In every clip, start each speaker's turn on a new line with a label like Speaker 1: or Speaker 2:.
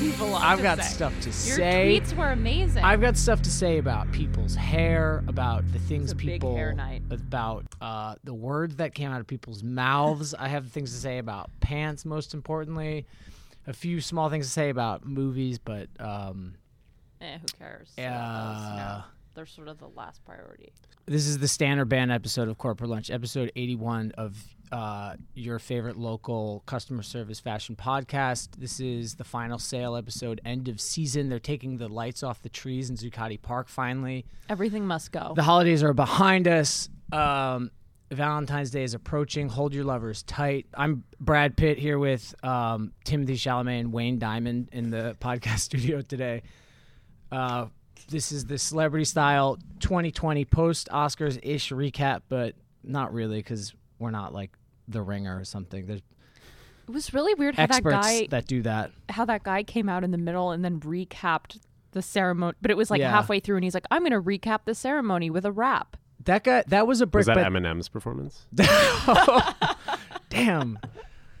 Speaker 1: you have a lot
Speaker 2: I've
Speaker 1: to
Speaker 2: got
Speaker 1: say.
Speaker 2: stuff to
Speaker 1: Your
Speaker 2: say.
Speaker 1: tweets were amazing.
Speaker 2: I've got stuff to say about people's hair, about the things
Speaker 1: a big
Speaker 2: people,
Speaker 1: hair night.
Speaker 2: about uh, the words that came out of people's mouths. I have things to say about pants, most importantly. A few small things to say about movies, but um,
Speaker 1: Eh, who cares?
Speaker 2: Uh,
Speaker 1: no, they're sort of the last priority.
Speaker 2: this is the Stan or Ban episode of Corporate Lunch, episode 81 of uh, your favorite local customer service fashion podcast. This is the final sale episode, end of season. They're taking the lights off the trees in Zuccotti Park finally.
Speaker 1: Everything must go.
Speaker 2: The holidays are behind us. Um, Valentine's Day is approaching. Hold your lovers tight. I'm Brad Pitt here with um, Timothy Chalamet and Wayne Diamond in the podcast studio today. Uh, this is the celebrity style 2020 post Oscars ish recap, but not really because we're not like The Ringer or something. There's
Speaker 1: it was really weird how that
Speaker 2: experts
Speaker 1: guy
Speaker 2: that do that.
Speaker 1: how that guy came out in the middle and then recapped the ceremony, but it was like
Speaker 2: Yeah.
Speaker 1: halfway through, and he's like, "I'm going to recap the ceremony with a rap."
Speaker 2: That guy, that was a brick.
Speaker 3: Was that
Speaker 2: but-
Speaker 3: Eminem's performance?
Speaker 2: Damn.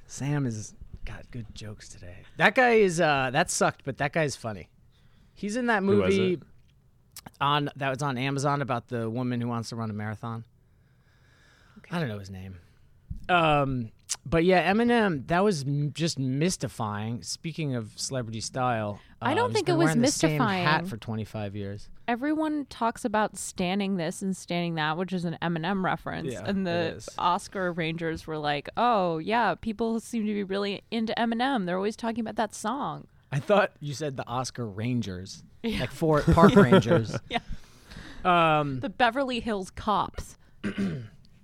Speaker 2: Sam has got good jokes today. That guy is uh that sucked, but that guy's funny. He's in that
Speaker 3: Who was
Speaker 2: movie
Speaker 3: it?
Speaker 2: on that was on Amazon about the woman who wants to run a marathon. I don't know his name. Um but yeah, Eminem, that was m- just mystifying. Speaking of celebrity style,
Speaker 1: I
Speaker 2: uh,
Speaker 1: don't
Speaker 2: he's
Speaker 1: think
Speaker 2: been
Speaker 1: it was
Speaker 2: wearing the same
Speaker 1: mystifying.
Speaker 2: hat for 25 years.
Speaker 1: Everyone talks about standing this and standing that, which is an Eminem reference,
Speaker 2: Yeah,
Speaker 1: and
Speaker 2: it
Speaker 1: the
Speaker 2: is.
Speaker 1: Oscar rangers were like, "Oh yeah, people seem to be really into Eminem. They're always talking about that song."
Speaker 2: I thought you said the Oscar Rangers, like for park rangers.
Speaker 1: Yeah.
Speaker 2: Um
Speaker 1: The Beverly Hills Cops.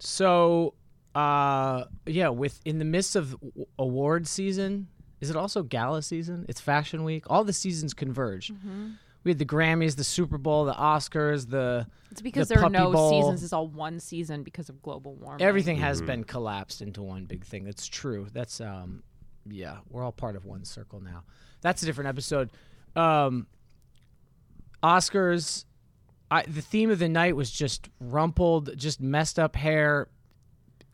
Speaker 2: So, uh, yeah, with in the midst of w- award season, is it also gala season? It's Fashion Week. All the seasons converge. We had the Grammys, the Super Bowl, the Oscars, the
Speaker 1: It's because
Speaker 2: the
Speaker 1: there are
Speaker 2: Puppy
Speaker 1: no
Speaker 2: Bowl.
Speaker 1: seasons. It's all one season because of global warming.
Speaker 2: Everything has been collapsed into one big thing. That's true. That's um, yeah, we're all part of one circle now. That's a different episode. Um, Oscars. I, the theme of the night was just rumpled, just messed up hair,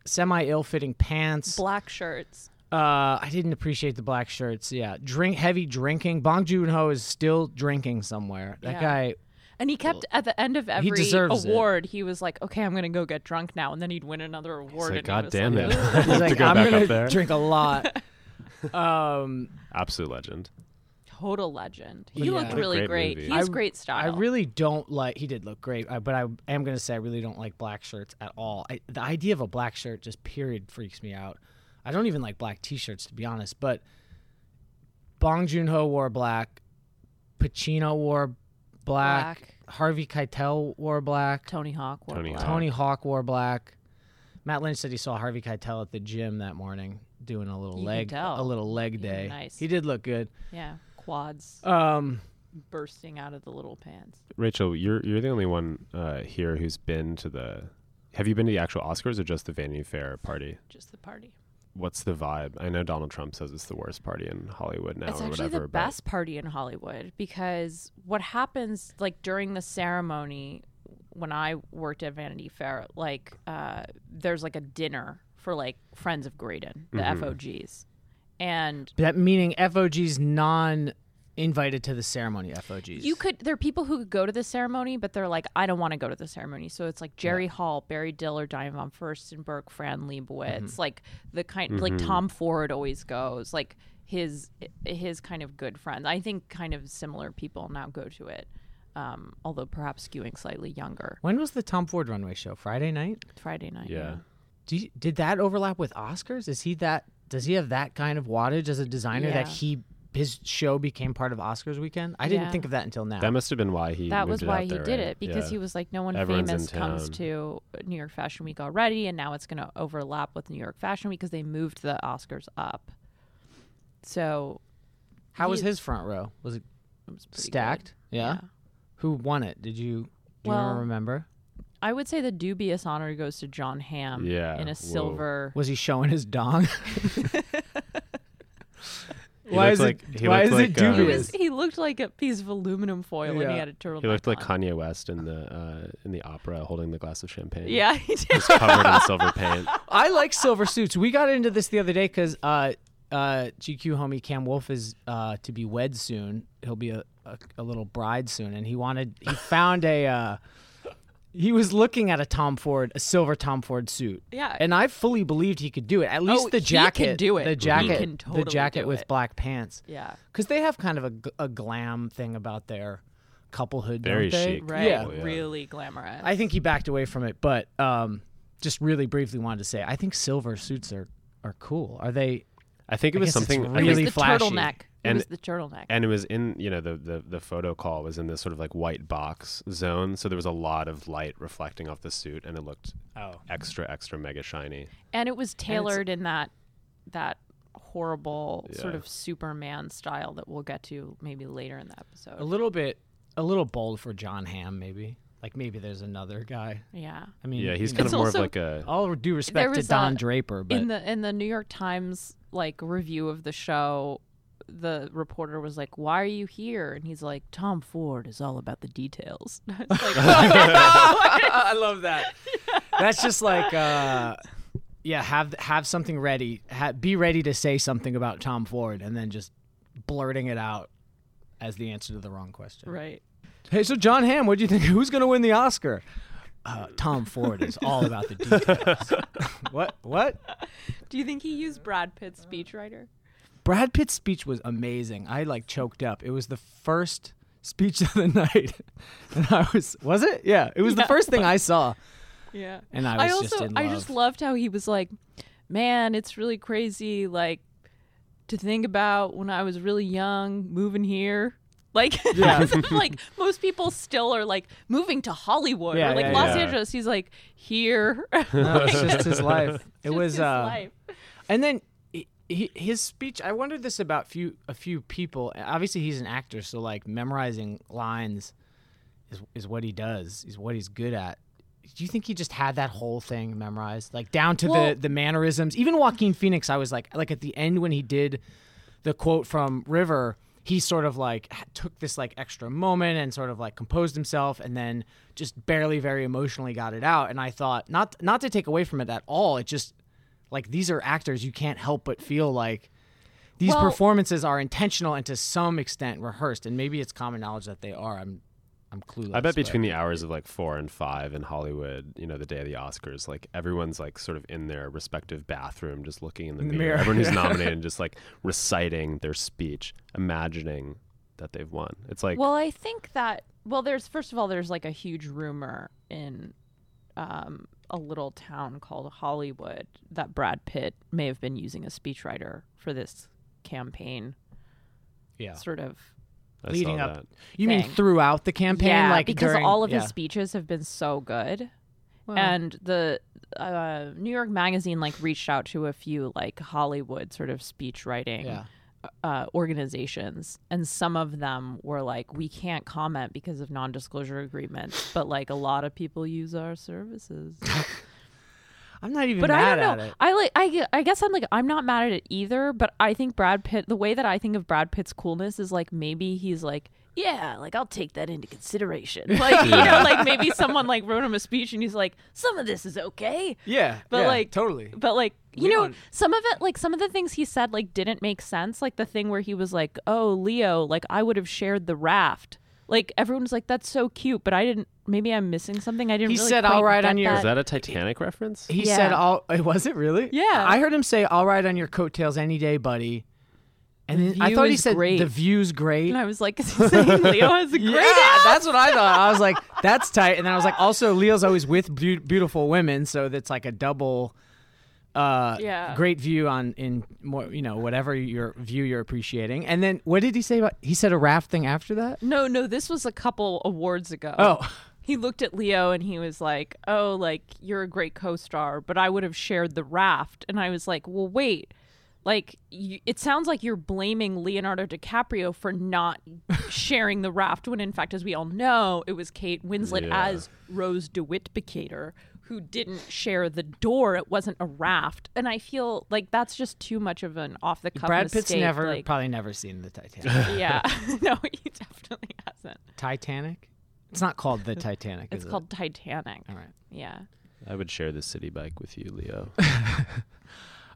Speaker 2: semi ill-fitting pants.
Speaker 1: black shirts.
Speaker 2: Uh, I didn't appreciate the black shirts. Yeah, drink heavy drinking. Bong Joon Ho is still drinking somewhere. That
Speaker 1: Yeah.
Speaker 2: guy.
Speaker 1: And he kept at the end of every
Speaker 2: deserves it.
Speaker 1: award, he was like, "Okay, I'm gonna go get drunk now," and then he'd win another award.
Speaker 3: like,
Speaker 1: and he
Speaker 3: "God
Speaker 1: was
Speaker 3: damn
Speaker 1: like,
Speaker 3: it."
Speaker 1: "Ugh."
Speaker 2: He's
Speaker 3: To
Speaker 2: like,
Speaker 3: go
Speaker 2: I'm
Speaker 3: back up
Speaker 2: gonna
Speaker 3: there."
Speaker 2: drink a lot. um,
Speaker 3: Absolute legend.
Speaker 1: Total legend.
Speaker 2: But
Speaker 1: He
Speaker 2: yeah.
Speaker 1: looked
Speaker 2: What a
Speaker 1: really
Speaker 3: great
Speaker 1: great.
Speaker 3: movie.
Speaker 1: He has
Speaker 2: I-
Speaker 1: great style.
Speaker 2: I really don't like. He did look great, uh, but I am gonna say I really don't like black shirts at all. I, the idea of a black shirt just period freaks me out. I don't even like black t-shirts to be honest. But Bong Joon Ho wore black. Pacino wore black.
Speaker 1: Black.
Speaker 2: Harvey Keitel wore black.
Speaker 1: Tony Hawk. wore
Speaker 3: Tony
Speaker 1: black.
Speaker 3: Hawk.
Speaker 2: Tony Hawk wore black. Matt Lynch said he saw Harvey Keitel at the gym that morning doing a little
Speaker 1: You can
Speaker 2: leg
Speaker 1: tell.
Speaker 2: a little leg
Speaker 1: He
Speaker 2: day.
Speaker 1: looked nice.
Speaker 2: He did look good.
Speaker 1: Yeah, quads
Speaker 2: Um,
Speaker 1: bursting out of the little pants.
Speaker 3: Rachel, you're you're the only one uh, here who's been to the. Have you been to the actual Oscars or just the Vanity Fair party?
Speaker 1: Just the party.
Speaker 3: What's the vibe? I know Donald Trump says it's the worst party in Hollywood now
Speaker 1: it's
Speaker 3: or
Speaker 1: actually
Speaker 3: whatever.
Speaker 1: the
Speaker 3: but
Speaker 1: best party in Hollywood because what happens like during the ceremony when I worked at Vanity Fair, like uh, there's like a dinner for like friends of Graydon, the
Speaker 3: Mm-hmm.
Speaker 1: FOGs, and
Speaker 2: that meaning FOG's non invited to the ceremony FOGs.
Speaker 1: you could there are people who could go to the ceremony, but they're like I don't want to go to the ceremony, so it's like Jerry Hall, Barry Diller, Diane von Furstenberg, Fran Lebowitz,
Speaker 3: Mm-hmm.
Speaker 1: like the kind like Tom Ford always goes, like his his kind of good friends. I think kind of similar people now go to it. Um, although perhaps skewing slightly younger
Speaker 2: when was the Tom Ford runway show? Friday night?
Speaker 1: Friday night.
Speaker 3: Yeah.
Speaker 2: Do you, did that overlap with Oscars? Is he that does he have that kind of wattage as a designer that
Speaker 1: Yeah.
Speaker 2: he his show became part of Oscars weekend? I didn't
Speaker 1: Yeah.
Speaker 2: think of that until now.
Speaker 3: That must have been why he.
Speaker 1: that
Speaker 3: moved
Speaker 1: was
Speaker 3: it
Speaker 1: why
Speaker 3: out
Speaker 1: he
Speaker 3: there,
Speaker 1: did
Speaker 3: right?
Speaker 1: it because
Speaker 3: Yeah.
Speaker 1: he was like no one
Speaker 3: Everyone's in
Speaker 1: famous comes
Speaker 3: town.
Speaker 1: to new york fashion week already and now it's going to overlap with new york fashion week because they moved the oscars up so
Speaker 2: How was
Speaker 1: he-
Speaker 2: his front row? Was it
Speaker 1: pretty good.
Speaker 2: stacked? Yeah? Who won it? Did you do
Speaker 1: Well,
Speaker 2: you remember?
Speaker 1: i would say the dubious honor goes to john hamm
Speaker 3: Yeah,
Speaker 1: in
Speaker 3: whoa.
Speaker 1: a silver
Speaker 2: Was he showing his dong?
Speaker 3: He
Speaker 2: Why
Speaker 3: looked
Speaker 2: is it-
Speaker 3: like, he
Speaker 2: why is
Speaker 3: looked
Speaker 2: it
Speaker 3: like, um,
Speaker 1: he,
Speaker 2: dubious?
Speaker 1: was, he looked like a piece of aluminum foil and he
Speaker 2: Yeah.
Speaker 1: had a turtle
Speaker 3: he looked like Kanye West in the uh, in the opera, holding the glass of champagne.
Speaker 1: yeah he did
Speaker 3: covered in silver paint.
Speaker 2: I like silver suits. We got into this the other day because uh, uh, GQ homie Cam Wolf is uh, to be wed soon. He'll be a, a, a little bride soon, and he wanted he found a. Uh, he was looking at a Tom Ford, a silver Tom Ford suit.
Speaker 1: Yeah.
Speaker 2: and I fully believed he could do it. At least
Speaker 1: Oh,
Speaker 2: the
Speaker 1: he can
Speaker 2: jacket,
Speaker 1: do it.
Speaker 2: The
Speaker 1: He
Speaker 2: jacket,
Speaker 1: can totally
Speaker 2: the jacket
Speaker 1: do
Speaker 2: with
Speaker 1: it.
Speaker 2: black pants.
Speaker 1: Yeah.
Speaker 2: because they have kind of a, g- a glam thing about their couplehood.
Speaker 3: Very
Speaker 2: don't they?
Speaker 3: chic.
Speaker 1: Right.
Speaker 2: Oh, Yeah.
Speaker 3: Yeah.
Speaker 1: Really glamorous.
Speaker 2: I think he backed away from it, but um, just really briefly wanted to say I think silver suits are are cool. Are they?
Speaker 3: I think
Speaker 2: I
Speaker 3: it was
Speaker 2: guess it's
Speaker 3: something. I
Speaker 1: it
Speaker 3: think-
Speaker 1: was
Speaker 2: really
Speaker 1: the
Speaker 2: flashy.
Speaker 1: turtleneck. it
Speaker 3: And-
Speaker 1: was the turtleneck.
Speaker 3: and it was in you know the, the the photo call was in this sort of like white box zone, so there was a lot of light reflecting off the suit, and it looked
Speaker 2: Oh,
Speaker 3: extra extra mega shiny.
Speaker 1: and it was tailored in that that horrible sort
Speaker 3: Yeah.
Speaker 1: of Superman style that we'll get to maybe later in the
Speaker 2: a
Speaker 1: episode.
Speaker 2: little bit, a little bold for John Hamm, maybe. Like maybe there's another guy.
Speaker 1: Yeah.
Speaker 2: I mean,
Speaker 3: Yeah, he's
Speaker 2: you
Speaker 3: kind
Speaker 1: It's
Speaker 3: of more of
Speaker 1: also-
Speaker 3: like a
Speaker 2: know, all due respect to
Speaker 1: was
Speaker 2: Don
Speaker 1: a-
Speaker 2: Draper, but
Speaker 1: in the in the New York Times like review of the show, the reporter was like, "Why are you here?" And he's like, "Tom Ford is all about the details." I was like,
Speaker 2: I love that. That's just like, uh, yeah, have have something ready. Ha- be ready to say something about Tom Ford, and then just blurting it out as the answer to the wrong question.
Speaker 1: right.
Speaker 2: Hey, so John Hamm, what do you think? Who's going to win the Oscar? Uh, Tom Ford is all about the details. what? What?
Speaker 1: Do you think he used Brad Pitt's speechwriter?
Speaker 2: Brad Pitt's speech was amazing. I like choked up. It was the first speech of the night, and I was was it? Yeah, it was the
Speaker 1: Yeah.
Speaker 2: first thing I saw,
Speaker 1: Yeah.
Speaker 2: and I
Speaker 1: I,
Speaker 2: was
Speaker 1: also
Speaker 2: just in love.
Speaker 1: I just loved how he was like, "Man, it's really crazy like to think about when I was really young moving here." Like, like most people still are like moving to Hollywood
Speaker 2: Yeah,
Speaker 1: or like
Speaker 2: yeah,
Speaker 1: Los
Speaker 3: yeah.
Speaker 1: Angeles. He's like here.
Speaker 2: No, it's just his life. It was.
Speaker 1: his
Speaker 2: uh,
Speaker 1: life.
Speaker 2: And then he- he, his speech. I wondered this about few a few people. Obviously, he's an actor, so like memorizing lines is is what he does. Is what he's good at. Do you think he just had that whole thing memorized, like down to
Speaker 1: Well-
Speaker 2: the the mannerisms? Even Joaquin Phoenix, I was like, like at the end when he did the quote from River, he sort of like h- took this like extra moment and sort of like composed himself and then just barely very emotionally got it out and I thought not not to take away from it at all it just like these are actors you can't help but feel like these
Speaker 1: Well-
Speaker 2: performances are intentional and to some extent rehearsed and maybe it's common knowledge that they are I'm I'm clueless
Speaker 3: I
Speaker 2: but-
Speaker 3: bet between the hours of like four and five in Hollywood, you know, the day of the Oscars, like everyone's like sort of in their respective bathroom, just looking in the,
Speaker 2: the
Speaker 3: mirror.
Speaker 2: mirror.
Speaker 3: Everyone who's nominated, and just like reciting their speech, imagining that they've won. It's like
Speaker 1: Well, I think that well, there's first of all, there's like a huge rumor in um, a little town called Hollywood that Brad Pitt may have been using a speechwriter for this campaign,
Speaker 2: yeah
Speaker 1: sort of.
Speaker 3: I
Speaker 2: leading
Speaker 3: saw
Speaker 2: up
Speaker 3: that.
Speaker 2: you mean
Speaker 1: thing.
Speaker 2: throughout the campaign
Speaker 1: yeah,
Speaker 2: like
Speaker 1: because
Speaker 2: during-
Speaker 1: all of
Speaker 2: yeah.
Speaker 1: his speeches have been so good.
Speaker 2: Well,
Speaker 1: and the uh, New York Magazine like reached out to a few like Hollywood sort of speech writing
Speaker 2: yeah
Speaker 1: uh, organizations, and some of them were like, "We can't comment because of non-disclosure agreements," but like a lot of people use our services.
Speaker 2: I'm not even
Speaker 1: but I
Speaker 2: mad
Speaker 1: don't know.
Speaker 2: at it
Speaker 1: I like. I, gu- I guess I'm like I'm not mad at it either. But I think Brad Pitt. The way that I think of Brad Pitt's coolness is like maybe he's like. Yeah, like I'll take that into consideration. Like, you know, like maybe someone like wrote him a speech and he's like, some of this is okay,
Speaker 2: yeah
Speaker 1: but,
Speaker 2: yeah,
Speaker 1: like,
Speaker 2: totally
Speaker 1: but like you
Speaker 2: We
Speaker 1: know
Speaker 2: don't-
Speaker 1: some of it like some of the things he said like didn't make sense like the thing where he was like oh leo like i would have shared the raft like everyone's like that's so cute but i didn't maybe i'm missing something i didn't
Speaker 2: He
Speaker 1: really
Speaker 2: said,
Speaker 1: quite
Speaker 2: "All right,
Speaker 1: get
Speaker 2: on your-
Speaker 3: Is
Speaker 1: that.
Speaker 3: that a Titanic reference?
Speaker 2: He
Speaker 1: Yeah.
Speaker 2: said, "All it was it really?
Speaker 1: Yeah.
Speaker 2: I heard him say, "All right, on your coattails any day, buddy." And
Speaker 1: The
Speaker 2: then I
Speaker 1: view
Speaker 2: thought he
Speaker 1: is
Speaker 2: said,
Speaker 1: great.
Speaker 2: "The view's great."
Speaker 1: and i was like is he saying leo has a great
Speaker 2: yeah, that's what I thought. I was like, "That's tight." And then I was like, "Also, Leo's always with beau- beautiful women, so that's like a double." Uh,
Speaker 1: Yeah.
Speaker 2: Great view on in more you know whatever your view you're appreciating. And then what did he say about? He said a raft thing after that.
Speaker 1: no no this was a couple awards ago
Speaker 2: Oh.
Speaker 1: he looked at leo and he was like oh like you're a great co-star but i would have shared the raft and i was like well wait like you, it sounds like you're blaming leonardo dicaprio for not sharing the raft when in fact as we all know it was kate winslet
Speaker 3: Yeah.
Speaker 1: as rose dewitt Bicator who didn't share the door it wasn't a raft and i feel like that's just too much of an off-the-cuff
Speaker 2: Brad Pitt's
Speaker 1: mistake,
Speaker 2: never
Speaker 1: like-
Speaker 2: probably never seen the Titanic.
Speaker 1: yeah no he definitely hasn't
Speaker 2: Titanic. It's not called the Titanic.
Speaker 1: it's
Speaker 2: is
Speaker 1: called titanic
Speaker 2: It? All right.
Speaker 1: yeah
Speaker 3: I would share this city bike with you, Leo.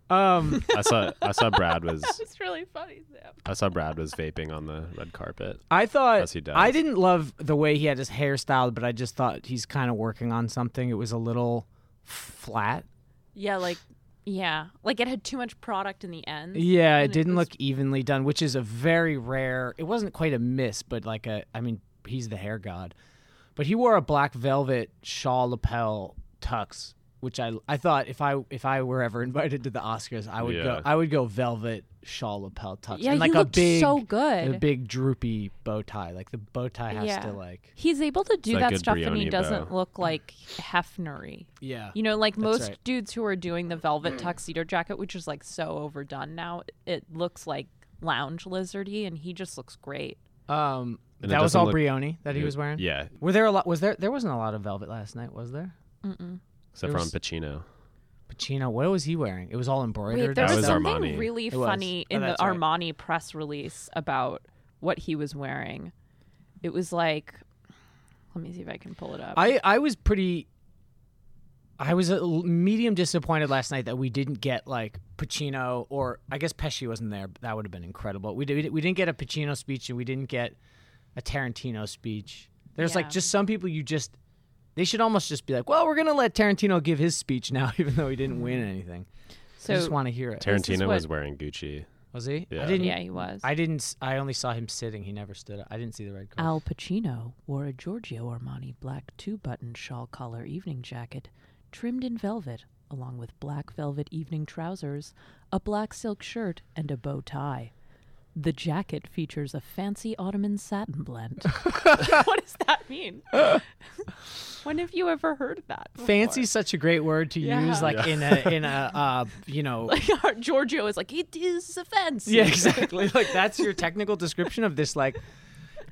Speaker 2: Um,
Speaker 3: I saw I saw Brad was
Speaker 1: It's really funny, Sam.
Speaker 3: I saw Brad was vaping on the red carpet.
Speaker 2: I
Speaker 3: As
Speaker 2: thought
Speaker 3: he does.
Speaker 2: Uh, I didn't love the way he had his hair styled, but I just thought he's kind of working on something. It was a little flat.
Speaker 1: Yeah, like yeah, like it had too much product in the end.
Speaker 2: Yeah, it
Speaker 1: And it
Speaker 2: didn't
Speaker 1: was-
Speaker 2: look evenly done, which is a very rare. It wasn't quite a miss, but like a I mean, he's the hair god. But he wore a black velvet shawl lapel tux, which I I thought if I if I were ever invited to the Oscars, I would
Speaker 3: Yeah.
Speaker 2: go I would go velvet shawl lapel tux.
Speaker 1: Yeah,
Speaker 2: and like
Speaker 1: he
Speaker 2: a
Speaker 1: looked
Speaker 2: big
Speaker 1: so
Speaker 2: a
Speaker 1: good.
Speaker 2: big droopy bow tie. Like the bow tie has
Speaker 1: Yeah.
Speaker 2: to like
Speaker 1: He's able to do
Speaker 3: like
Speaker 1: that
Speaker 3: good
Speaker 1: stuff, and he
Speaker 3: Brioni
Speaker 1: doesn't
Speaker 3: bow.
Speaker 1: look like Hefnery.
Speaker 2: Yeah.
Speaker 1: You know, like most
Speaker 2: right.
Speaker 1: dudes who are doing the velvet tuxedo jacket, which is like so overdone now, it looks like lounge lizardy, and he just looks great.
Speaker 2: Um
Speaker 3: And it
Speaker 2: that was
Speaker 3: doesn't
Speaker 2: all
Speaker 3: look-
Speaker 2: Brioni that he was wearing?
Speaker 3: Yeah,
Speaker 2: Were there a lot was there there wasn't a lot of velvet last night, was there?
Speaker 3: except
Speaker 2: There
Speaker 3: for on
Speaker 2: was-
Speaker 3: Pacino.
Speaker 2: Pacino, what was he wearing? It was all embroidered.
Speaker 1: Wait,
Speaker 2: or
Speaker 1: there
Speaker 3: That
Speaker 1: was,
Speaker 3: was
Speaker 1: something
Speaker 3: Armani.
Speaker 1: really
Speaker 2: was.
Speaker 1: funny
Speaker 2: Oh,
Speaker 1: in the
Speaker 2: that's right.
Speaker 1: Armani press release about what he was wearing. It was like, let me see if I can pull it up.
Speaker 2: I I was pretty. I was a l- medium disappointed last night that we didn't get like Pacino or I guess Pesci wasn't there. But that would have been incredible. We did, we didn't get a Pacino speech and we didn't get a Tarantino speech. There's
Speaker 1: Yeah.
Speaker 2: like just some people you just they should almost just be like, well, we're gonna let Tarantino give his speech now, even though he didn't win anything.
Speaker 1: so
Speaker 2: I just want to hear it.
Speaker 1: This is
Speaker 3: Tarantino
Speaker 1: what-
Speaker 3: was wearing Gucci.
Speaker 2: was he? I
Speaker 3: Yeah.
Speaker 2: didn't.
Speaker 1: yeah, he was.
Speaker 2: I didn't. s- I only saw him sitting. He never stood up. I didn't see the red carpet.
Speaker 1: Al Pacino wore a Giorgio Armani black two button shawl collar evening jacket, trimmed in velvet, along with black velvet evening trousers, a black silk shirt, and a bow tie. The jacket features a fancy Ottoman satin blend. what does that mean? when have you ever heard that? before?
Speaker 2: Fancy's such a great word to
Speaker 1: Oh, Yeah.
Speaker 2: use, like in a in a uh, you know
Speaker 1: Like, Giorgio is like, it is a fancy.
Speaker 2: Yeah, exactly. like that's your technical description of this like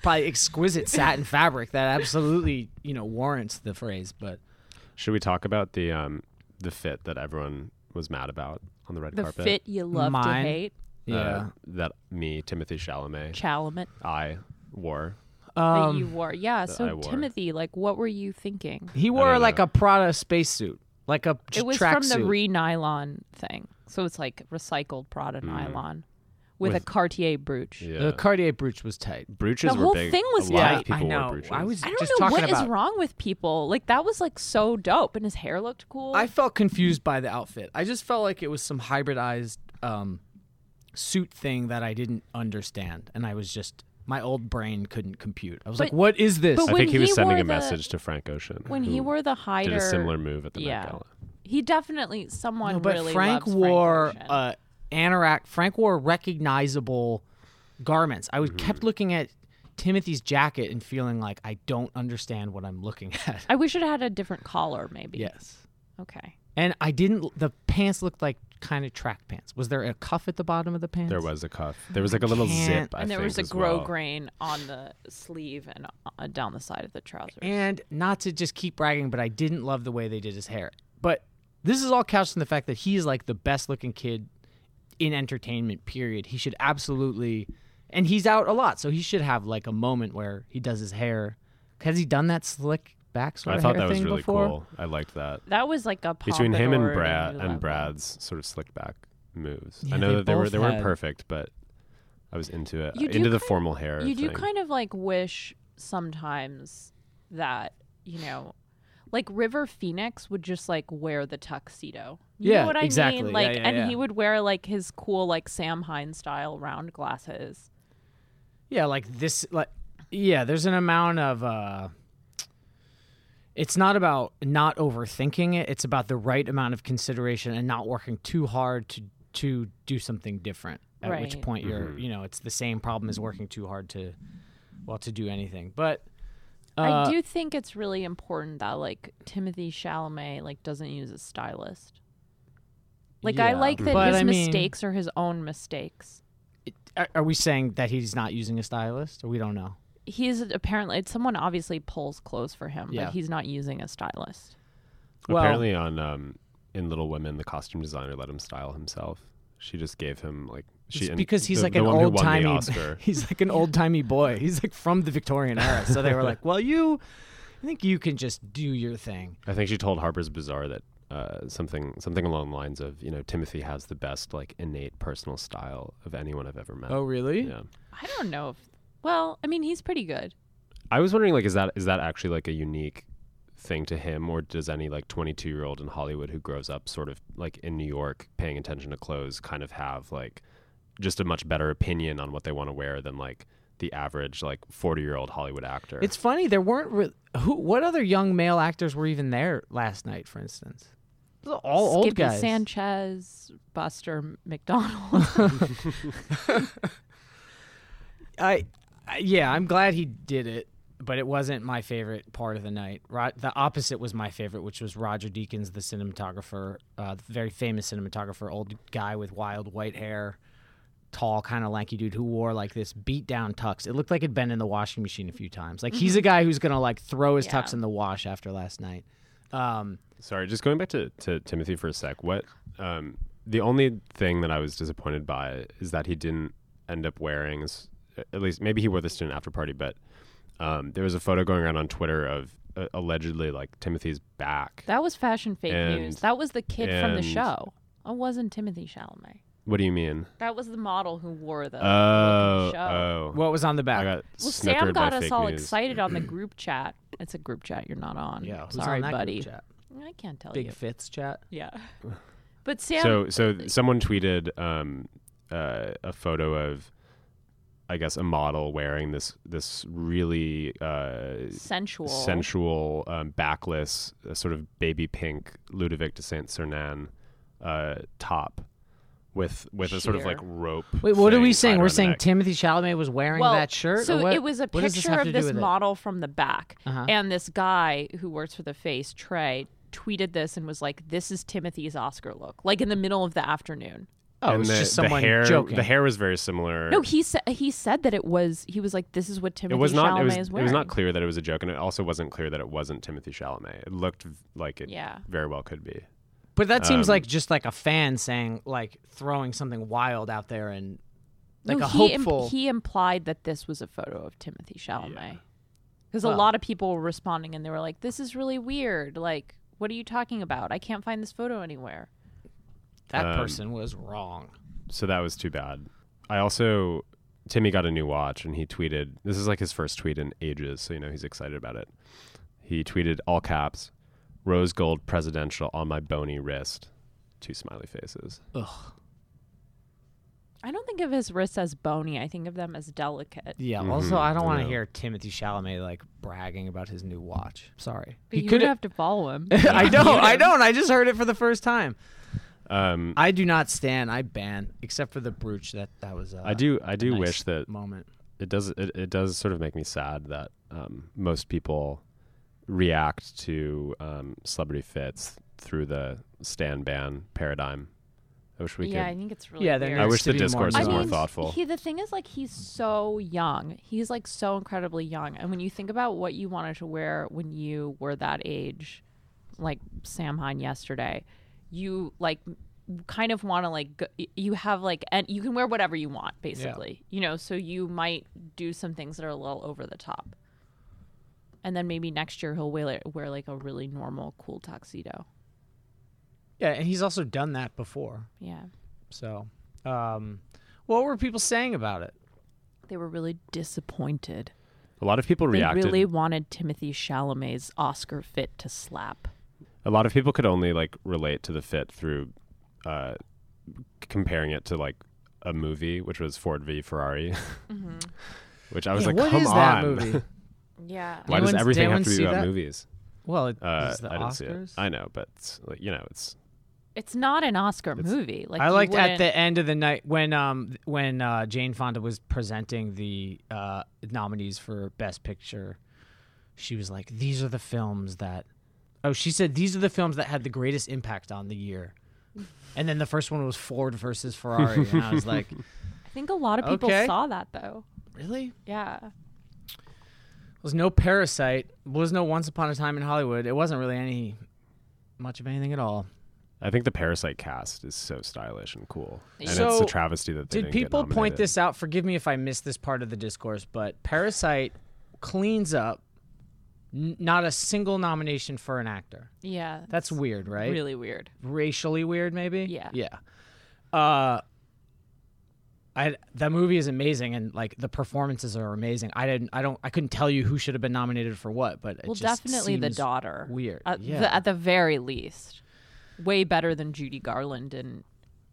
Speaker 2: probably exquisite satin fabric that absolutely, you know, warrants the phrase, but
Speaker 3: Should we talk about the um the fit that everyone was mad about on the red
Speaker 1: The
Speaker 3: carpet?
Speaker 1: fit you love to
Speaker 2: Mine.
Speaker 1: hate,
Speaker 3: Uh, that me, Timothy Chalamet,
Speaker 1: Chalamet,
Speaker 3: I wore.
Speaker 2: Um,
Speaker 1: that you wore. Yeah, so
Speaker 3: I wore.
Speaker 1: Timothy, like, what were you thinking?
Speaker 2: he
Speaker 3: I
Speaker 2: wore
Speaker 3: don't
Speaker 2: like
Speaker 3: know.
Speaker 2: a Prada spacesuit, like a j-
Speaker 1: It was
Speaker 2: track
Speaker 1: from the
Speaker 2: suit.
Speaker 1: re nylon thing. So it's like recycled Prada nylon with, a
Speaker 2: With-
Speaker 1: Cartier brooch.
Speaker 3: Mm. Yeah.
Speaker 2: the Cartier brooch was tight.
Speaker 3: brooches
Speaker 1: The
Speaker 3: were
Speaker 1: whole
Speaker 3: big.
Speaker 1: thing was
Speaker 3: a lot
Speaker 1: tight.
Speaker 3: of people
Speaker 2: I know.
Speaker 3: wore brooches.
Speaker 2: I was
Speaker 1: I don't
Speaker 2: just
Speaker 1: know
Speaker 2: talking
Speaker 1: what is
Speaker 2: about
Speaker 1: wrong with people. Like that was like so dope and his hair looked cool.
Speaker 2: I felt confused by the outfit. I just felt like it was some hybridized um, suit thing that I didn't understand and I was just my old brain couldn't compute. I was
Speaker 1: But-
Speaker 2: like, "What is this?"
Speaker 1: but
Speaker 3: I think
Speaker 1: when
Speaker 3: he was
Speaker 1: he
Speaker 3: sending
Speaker 1: wore
Speaker 3: a
Speaker 1: the-
Speaker 3: message to Frank Ocean.
Speaker 1: when he
Speaker 3: who
Speaker 1: wore the hider
Speaker 3: did a similar move at the
Speaker 1: yeah.
Speaker 3: Met Gala.
Speaker 1: He definitely someone
Speaker 2: No, but
Speaker 1: really
Speaker 2: Frank
Speaker 1: loves
Speaker 2: wore
Speaker 1: Ocean.
Speaker 2: uh, anorak. Frank wore recognizable garments. I was
Speaker 3: Mm-hmm.
Speaker 2: kept looking at Timothy's jacket and feeling like I don't understand what I'm looking at.
Speaker 1: I wish it had a different collar maybe.
Speaker 2: yes,
Speaker 1: Okay.
Speaker 2: and I didn't. The pants looked like kind of track pants. Was there a cuff at the bottom of the pants?
Speaker 3: There was a cuff. There was like a little
Speaker 2: can't-
Speaker 3: zip. I
Speaker 1: and there
Speaker 3: think,
Speaker 1: was a
Speaker 3: as
Speaker 1: grow
Speaker 3: well.
Speaker 1: grain on the sleeve and uh, down the side of the trousers.
Speaker 2: And not to just keep bragging, but I didn't love the way they did his hair. But this is all couched in the fact that he is like the best looking kid in entertainment, period. He should absolutely, and he's out a lot, so he should have like a moment where he does his hair. Has he done that slick back sort
Speaker 3: I
Speaker 2: of
Speaker 3: thought
Speaker 2: hair
Speaker 3: that was
Speaker 2: thing
Speaker 3: really
Speaker 2: before?
Speaker 3: cool. I liked that.
Speaker 1: that was like a
Speaker 3: Between him
Speaker 1: pompadour
Speaker 3: and
Speaker 1: at a
Speaker 3: Brad
Speaker 1: new
Speaker 3: and
Speaker 1: level.
Speaker 3: Brad's sort of slick back moves.
Speaker 2: Yeah,
Speaker 3: I know
Speaker 2: they
Speaker 3: that they were
Speaker 2: both
Speaker 3: they weren't
Speaker 2: had-
Speaker 3: perfect, but I was into it.
Speaker 1: You do
Speaker 3: into the
Speaker 1: kind-
Speaker 3: formal hair.
Speaker 1: you do
Speaker 3: thing.
Speaker 1: kind of like wish sometimes that you know like river phoenix would just like wear the tuxedo you
Speaker 2: Yeah,
Speaker 1: know what i
Speaker 2: exactly.
Speaker 1: mean
Speaker 2: Yeah,
Speaker 1: like
Speaker 2: yeah,
Speaker 1: and
Speaker 2: yeah.
Speaker 1: he would wear like his cool like sam hines style round glasses
Speaker 2: Yeah, like this like yeah, there's an amount of uh it's not about not overthinking it, it's about the right amount of consideration and not working too hard to to do something different. At which
Speaker 1: Right.
Speaker 2: point you're, you know, it's the same problem as working too hard to well to do anything. But uh,
Speaker 1: i do think it's really important that like timothy chalamet like doesn't use a stylist like i
Speaker 2: Yeah,
Speaker 1: like that
Speaker 2: but
Speaker 1: his
Speaker 2: I mean-
Speaker 1: mistakes are his own mistakes
Speaker 2: are, are we saying that he's not using a stylist? Or we don't know.
Speaker 1: he's apparently it's someone obviously pulls clothes for him
Speaker 2: Yeah.
Speaker 1: but he's not using a stylist
Speaker 2: Well-
Speaker 3: Apparently, on um, in Little Women, the costume designer let him style himself. She just gave him like she
Speaker 2: It's
Speaker 3: and
Speaker 2: because he's
Speaker 3: the-
Speaker 2: like
Speaker 3: the
Speaker 2: an
Speaker 3: one who
Speaker 2: old
Speaker 3: won the
Speaker 2: timey
Speaker 3: Oscar.
Speaker 2: he's like an old timey boy. He's like from the Victorian era. So they were like, Well you I think you can just do your thing.
Speaker 3: I think she told Harper's Bazaar that uh, something something along the lines of you know Timothy has the best like innate personal style of anyone I've ever met.
Speaker 2: Oh, really?
Speaker 3: yeah.
Speaker 1: I don't know if. Well, I mean, he's pretty good.
Speaker 3: I was wondering like is that is that actually like a unique thing to him or does any like 22 year old in Hollywood who grows up sort of like in New York paying attention to clothes kind of have like just a much better opinion on what they want to wear than like the average like 40 year old Hollywood actor.
Speaker 2: It's funny there weren't re- who. What other young male actors were even there last night? For instance, It was all old
Speaker 1: Skippy
Speaker 2: guys.
Speaker 1: Sanchez, Buster McDonald.
Speaker 2: I, I yeah, I'm glad he did it, but it wasn't my favorite part of the night. Ro- the opposite was my favorite, which was Roger Deakins, the cinematographer, uh, the very famous cinematographer, old guy with wild white hair, tall, kind of lanky dude who wore like this beat down tux. It looked like it'd been in the washing machine a few times. Like he's a guy who's gonna like throw his
Speaker 1: Yeah.
Speaker 2: tux in the wash after last night. Um,
Speaker 3: Sorry, just going back to, to Timothy for a sec. What um, the only thing that I was disappointed by is that he didn't end up wearing is at least maybe he wore this to an after party, but um, there was a photo going around on Twitter of uh, allegedly like Timothy's back.
Speaker 1: that was fashion fake
Speaker 3: And-
Speaker 1: news. That was the kid from the
Speaker 3: and-
Speaker 1: show. It wasn't Timothy Chalamet.
Speaker 3: what do you mean?
Speaker 1: That was the model who wore the,
Speaker 3: Oh,
Speaker 1: the Uh, show.
Speaker 3: oh.
Speaker 2: what was on the
Speaker 3: I
Speaker 2: back?
Speaker 3: got
Speaker 1: well, Sam
Speaker 3: snookered by
Speaker 1: got us
Speaker 3: fake
Speaker 1: all
Speaker 3: news.
Speaker 1: excited on the group chat. It's a group chat you're not on.
Speaker 2: yeah, who's
Speaker 1: sorry,
Speaker 2: on that group
Speaker 1: buddy.
Speaker 2: chat?
Speaker 1: I can't
Speaker 3: Oh,
Speaker 1: tell
Speaker 2: Big
Speaker 1: you.
Speaker 2: Fitz chat.
Speaker 1: Yeah, but Sam.
Speaker 3: So, so someone tweeted um, uh, a photo of, I guess, a model wearing this this really uh,
Speaker 1: sensual.
Speaker 3: sensual, um, backless, uh, sort of baby pink Ludovic de Saint Cernan uh, top with with a sort of
Speaker 1: Sheer.
Speaker 3: like rope.
Speaker 2: Wait, what are we
Speaker 3: thing tied
Speaker 2: saying? We're
Speaker 3: around the
Speaker 2: saying
Speaker 3: neck.
Speaker 2: Timothy Chalamet was wearing
Speaker 1: well,
Speaker 2: that shirt.
Speaker 1: So
Speaker 2: or what?
Speaker 1: it was a
Speaker 2: what does this
Speaker 1: picture
Speaker 2: have
Speaker 1: of
Speaker 2: to do
Speaker 1: this
Speaker 2: with it?
Speaker 1: model from the back,
Speaker 2: Uh-huh.
Speaker 1: and this guy who works for the face, Trey, tweeted this and was like, "This is Timothy's Oscar look," like in the middle of the afternoon.
Speaker 2: Oh,
Speaker 3: And
Speaker 2: it's
Speaker 3: the,
Speaker 2: just someone
Speaker 3: the hair,
Speaker 2: joking.
Speaker 3: The hair was very similar.
Speaker 1: No, he said he said that it was. He was like, "This is what Timothy
Speaker 3: it was not.
Speaker 1: Chalamet
Speaker 3: It was,
Speaker 1: is
Speaker 3: it
Speaker 1: wearing."
Speaker 3: was not clear that it was a joke, and it also wasn't clear that it wasn't Timothy Chalamet. It looked v- like it
Speaker 1: Yeah.
Speaker 3: very well could be.
Speaker 2: but that seems
Speaker 3: um,
Speaker 2: like just like a fan saying, like throwing something wild out there and like
Speaker 1: no,
Speaker 2: a
Speaker 1: he, im-
Speaker 2: hopeful.
Speaker 1: he implied that this was a photo of Timothy Chalamet. Because a
Speaker 2: Well.
Speaker 1: lot of people were responding and they were like, this is really weird. Like, what are you talking about? I can't find this photo anywhere.
Speaker 2: that
Speaker 3: um,
Speaker 2: person was wrong.
Speaker 3: So that was too bad. I also Timmy got a new watch and he tweeted this is like his first tweet in ages, so you know he's excited about it. He tweeted all caps, rose gold presidential on my bony wrist, two smiley faces.
Speaker 2: Ugh.
Speaker 1: I don't think of his wrists as bony. I think of them as delicate.
Speaker 2: Yeah.
Speaker 3: Mhm,
Speaker 2: Also, I don't
Speaker 3: I
Speaker 2: want to
Speaker 3: know.
Speaker 2: hear Timothy Chalamet like bragging about his new watch. Sorry,
Speaker 1: But you
Speaker 2: could.
Speaker 1: could have to follow him.
Speaker 2: I don't. I don't. I just heard it for the first time.
Speaker 3: Um,
Speaker 2: I do not stand. I ban, except for the brooch. That that was. Uh,
Speaker 3: I do I do
Speaker 2: nice
Speaker 3: wish that
Speaker 2: moment.
Speaker 3: it does it, it does sort of make me sad that um, most people react to um, celebrity fits through the stand ban paradigm. I wish we
Speaker 1: yeah, I
Speaker 3: could.
Speaker 1: think it's really
Speaker 2: Yeah, they're
Speaker 1: weird.
Speaker 3: I
Speaker 2: Needs
Speaker 3: wish
Speaker 2: to
Speaker 3: the
Speaker 2: be more
Speaker 3: discourse was
Speaker 1: I
Speaker 3: more
Speaker 1: mean,
Speaker 3: thoughtful.
Speaker 1: He, the thing is, like, he's so young. He's like so incredibly young. And when you think about what you wanted to wear when you were that age, like Sam Hahn yesterday, you like m- kind of want to like go, y- you have like and you can wear whatever you want basically. You know, so you might do some things that are a little over the top. And then maybe next year he'll wear like, wear like a really normal cool tuxedo.
Speaker 2: Yeah, and he's also done that before.
Speaker 1: Yeah.
Speaker 2: So, um, what were people saying about it?
Speaker 1: They were really disappointed.
Speaker 3: A lot of people
Speaker 1: They
Speaker 3: reacted.
Speaker 1: really wanted Timothy Chalamet's Oscar fit to slap.
Speaker 3: a lot of people could only like relate to the fit through uh, comparing it to like a movie, which was Ford v Ferrari,
Speaker 1: Mm-hmm.
Speaker 3: which I was
Speaker 2: Yeah,
Speaker 3: like,
Speaker 2: what
Speaker 3: come
Speaker 2: is
Speaker 3: on,
Speaker 2: that movie?
Speaker 1: Yeah.
Speaker 3: why
Speaker 2: Anyone-
Speaker 3: does
Speaker 2: did
Speaker 3: everything
Speaker 2: anyone
Speaker 3: have to be
Speaker 2: see
Speaker 3: about
Speaker 2: that?
Speaker 3: movies?
Speaker 2: well, it,
Speaker 3: Uh,
Speaker 2: it's the
Speaker 3: I didn't see it.
Speaker 2: Oscars.
Speaker 3: I know, but it's, like, you know, it's
Speaker 1: It's not an Oscar
Speaker 3: It's-
Speaker 1: movie. Like
Speaker 2: I
Speaker 1: you
Speaker 2: liked at
Speaker 1: wouldn't-
Speaker 2: the end of the night when um when uh, Jane Fonda was presenting the uh, nominees for Best Picture, she was like, "These are the films that." Oh, she said these are the films that had the greatest impact on the year. And then the first one was Ford versus Ferrari, and I was like,
Speaker 1: I think a lot of people
Speaker 2: Okay.
Speaker 1: saw that though.
Speaker 2: "Really?
Speaker 1: Yeah.
Speaker 2: was no Parasite. Was no Once Upon a Time in Hollywood. It wasn't really any much of anything at all.
Speaker 3: I think the Parasite cast is so stylish and cool, and it's
Speaker 2: So,
Speaker 3: a travesty that
Speaker 2: Did
Speaker 3: they didn't get
Speaker 2: people point
Speaker 3: nominated.
Speaker 2: this out? Forgive me if I missed this part of the discourse, but Parasite cleans up N- not a single nomination for an actor.
Speaker 1: Yeah.
Speaker 2: That's weird, right?
Speaker 1: really weird.
Speaker 2: racially weird, maybe.
Speaker 1: Yeah.
Speaker 2: Yeah. Uh, I that movie is amazing, and like the performances are amazing. I didn't, I don't, I couldn't tell you who should have been nominated for what, but it
Speaker 1: Well,
Speaker 2: just
Speaker 1: definitely the
Speaker 2: seems
Speaker 1: daughter.
Speaker 2: Weird.
Speaker 1: At,
Speaker 2: yeah.
Speaker 1: the, at the very least, way better than Judy Garland and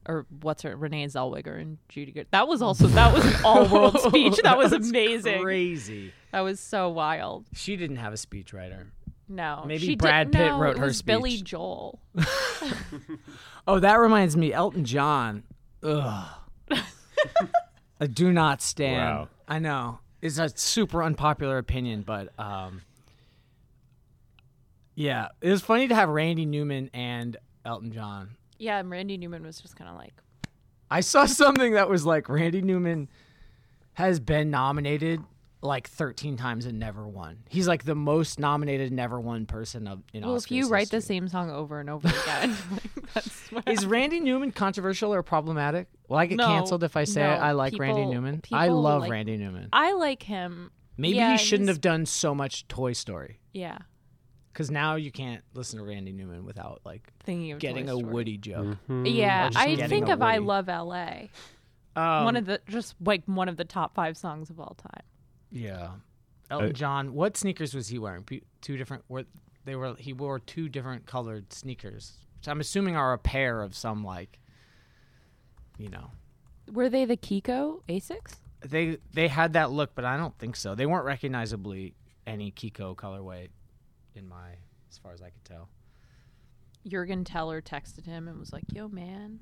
Speaker 1: or what's her Renee Zellweger and Judy. Gar- that was also that was an all world speech. That was amazing.
Speaker 2: Crazy.
Speaker 1: That was so wild.
Speaker 2: She didn't have a speechwriter.
Speaker 1: No,
Speaker 2: Maybe
Speaker 1: she
Speaker 2: Brad
Speaker 1: did,
Speaker 2: Pitt
Speaker 1: no,
Speaker 2: wrote
Speaker 1: it
Speaker 2: her
Speaker 1: was Billy
Speaker 2: speech.
Speaker 1: Joel.
Speaker 2: Oh, that reminds me, Elton John. Ugh. I do not stand.
Speaker 3: Wow.
Speaker 2: I know it's a super unpopular opinion, but um, yeah, it was funny to have Randy Newman and Elton John.
Speaker 1: Yeah, and Randy Newman was just kind of like,
Speaker 2: I saw something that was like Randy Newman has been nominated like 13 times and never won. He's like the most nominated, never won person of in
Speaker 1: "Well, if
Speaker 2: Oscars
Speaker 1: you write the
Speaker 2: history.
Speaker 1: same song over and over again, like, that's what
Speaker 2: Is Randy Newman controversial or problematic? Will I get
Speaker 1: No,
Speaker 2: canceled if I say
Speaker 1: no.
Speaker 2: I like Randy
Speaker 1: People-
Speaker 2: Newman? I
Speaker 1: people
Speaker 2: love
Speaker 1: like-
Speaker 2: Randy Newman.
Speaker 1: I like him."
Speaker 2: Maybe
Speaker 1: yeah,
Speaker 2: he shouldn't
Speaker 1: he's-
Speaker 2: have done so much Toy Story
Speaker 1: Yeah,
Speaker 2: because now you can't listen to Randy Newman without like
Speaker 1: thinking of
Speaker 2: getting
Speaker 1: Toy
Speaker 2: a
Speaker 1: Story.
Speaker 2: Woody joke.
Speaker 3: Mm-hmm.
Speaker 1: Yeah,
Speaker 2: just
Speaker 1: I
Speaker 2: getting
Speaker 1: think
Speaker 2: a
Speaker 1: of "I
Speaker 2: Woody.
Speaker 1: Love L.A."
Speaker 2: Um,
Speaker 1: one of the just like one of the top five songs of all time.
Speaker 2: yeah, Elton
Speaker 3: Uh,
Speaker 2: Oh, John. What sneakers was he wearing? Pe- Two different. Were they were? He wore two different colored sneakers, which I'm assuming are a pair of some like, you know,
Speaker 1: Were they the Kiko Asics?
Speaker 2: they they had that look, but I don't think so. They weren't recognizably any Kiko colorway in my as far as I could tell.
Speaker 1: Jurgen Teller texted him and was like, "Yo, man,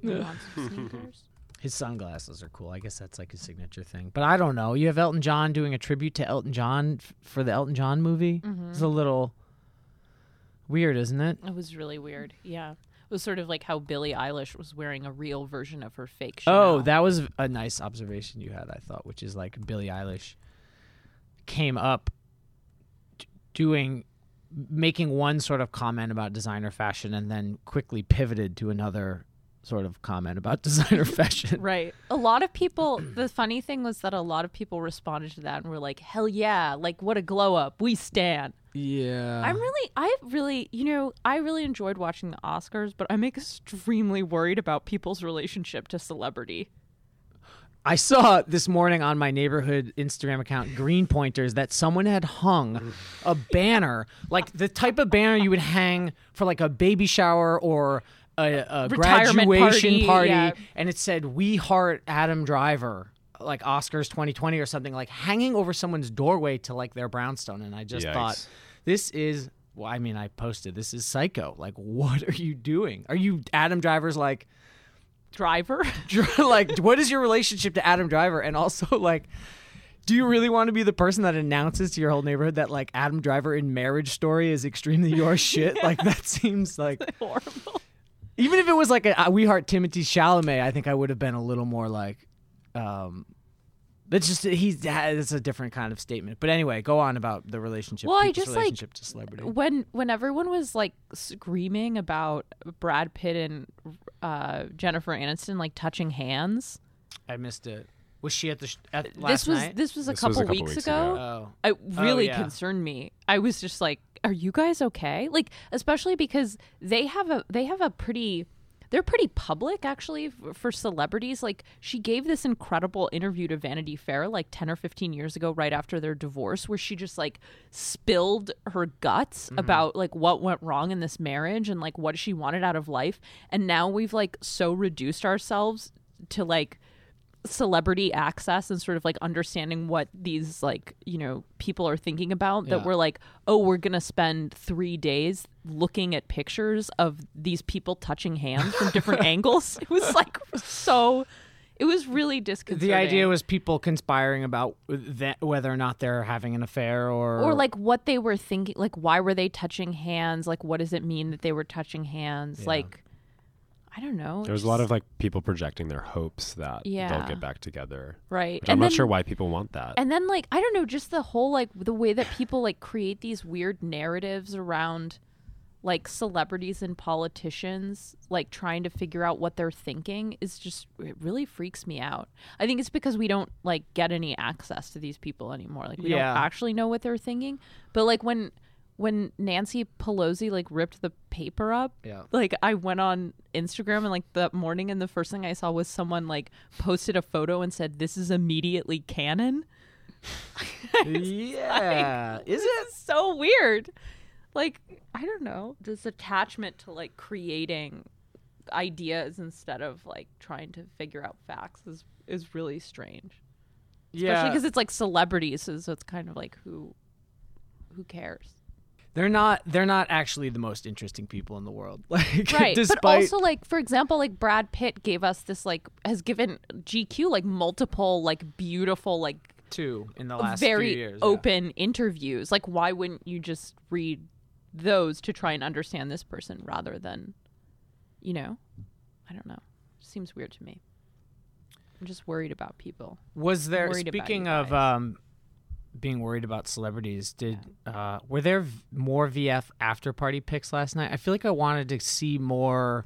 Speaker 1: you want some sneakers?"
Speaker 2: His sunglasses are cool. I guess that's like his signature thing. But I don't know. You have Elton John doing a tribute to Elton John f- for the Elton John movie. It's a little weird, isn't it?
Speaker 1: It was really weird. Yeah, it was sort of like how Billie Eilish was wearing a real version of her fake.
Speaker 2: Oh,
Speaker 1: Chanel.
Speaker 2: that was a nice observation you had, I thought, which is like Billie Eilish came up d- doing making one sort of comment about designer fashion and then quickly pivoted to another sort of comment about designer fashion.
Speaker 1: Right. A lot of people, the funny thing was that a lot of people responded to that and were like, hell yeah, like what a glow up. We stand.
Speaker 2: Yeah.
Speaker 1: I'm really, I really, you know, I really enjoyed watching the Oscars, but I'm extremely worried about people's relationship to celebrity.
Speaker 2: I saw this morning on my neighborhood Instagram account, Green Pointers, that someone had hung a banner, like the type of banner you would hang for like a baby shower or a, a
Speaker 1: Retirement
Speaker 2: graduation
Speaker 1: party,
Speaker 2: party,
Speaker 1: yeah.
Speaker 2: and it said "We Heart Adam Driver." Like Oscars 2020 or something, like hanging over someone's doorway to like their brownstone. And I just
Speaker 3: Yikes.
Speaker 2: thought, this is, well, I mean, I posted, this is psycho. Like, what are you doing? Are you Adam Driver's like,
Speaker 1: Driver?
Speaker 2: Dr- like what is your relationship to Adam Driver and also like do you really want to be the person that announces to your whole neighborhood that like Adam Driver in Marriage Story is extremely your shit? Like that seems like
Speaker 1: Horrible.
Speaker 2: even if it was like a We Heart Timothy Chalamet, I think I would have been a little more like um that's just he's that's a different kind of statement. But anyway, go on about the relationship.
Speaker 1: Well, I
Speaker 2: people's
Speaker 1: just, like,
Speaker 2: relationship to celebrity.
Speaker 1: When, when everyone was like screaming about Brad Pitt and uh, Jennifer Aniston like touching hands,
Speaker 2: I missed it. Was she at the sh- at last
Speaker 1: this was
Speaker 2: night?
Speaker 1: this was a
Speaker 3: This was
Speaker 1: couple
Speaker 3: a couple
Speaker 1: weeks,
Speaker 3: weeks
Speaker 1: ago.
Speaker 3: ago.
Speaker 2: oh,
Speaker 1: it really
Speaker 2: yeah.
Speaker 1: concerned me. I was just like, "Are you guys okay?" Like, especially because they have a they have a pretty they're pretty public actually f- for celebrities. Like, she gave this incredible interview to Vanity Fair like ten or fifteen years ago, right after their divorce, where she just like spilled her guts
Speaker 2: Mm-hmm.
Speaker 1: about like what went wrong in this marriage and like what she wanted out of life. And now we've like so reduced ourselves to like celebrity access and sort of like understanding what these like you know people are thinking about
Speaker 2: Yeah.
Speaker 1: that we're like oh we're gonna spend three days looking at pictures of these people touching hands from different angles it was like so it was really disconcerting
Speaker 2: The idea was people conspiring about that, whether or not they're having an affair or
Speaker 1: or like what they were thinking like why were they touching hands like what does it mean that they were touching hands like i don't know
Speaker 3: There was a lot of like people projecting their hopes that
Speaker 1: Yeah.
Speaker 3: they'll get back together.
Speaker 1: right
Speaker 3: Which I'm
Speaker 1: And
Speaker 3: not
Speaker 1: then-
Speaker 3: sure why people want that.
Speaker 1: and then like i don't know just the whole like the way that people like create these weird narratives around like celebrities and politicians like trying to figure out what they're thinking is just it really freaks me out. I think it's because we don't like get any access to these people anymore. Like we
Speaker 2: Yeah.
Speaker 1: don't actually know what they're thinking. But like when when Nancy Pelosi like ripped the paper up,
Speaker 2: Yeah.
Speaker 1: like I went on Instagram and like that morning and the first thing I saw was someone like posted a photo and said this is immediately canon.
Speaker 2: yeah. Is it?
Speaker 1: It's so weird. Like, I don't know. This attachment to like creating ideas instead of like trying to figure out facts is is really strange. Especially
Speaker 2: Yeah.
Speaker 1: because it's like celebrities, so, so it's kind of like who who cares?
Speaker 2: They're not they're not actually the most interesting people in the world. Like
Speaker 1: Right.
Speaker 2: despite
Speaker 1: But also like for example, like Brad Pitt gave us this like has given GQ like multiple like beautiful like
Speaker 2: two in the last few
Speaker 1: very
Speaker 2: years, yeah.
Speaker 1: open interviews. Like, why wouldn't you just read those to try and understand this person rather than, you know, I don't know. Seems weird to me. I'm just worried about people.
Speaker 2: Was there
Speaker 1: worried about you
Speaker 2: speaking of
Speaker 1: guys.
Speaker 2: um, being worried about celebrities? Did uh, were there v- more VF after party pics last night? I feel like I wanted to see more.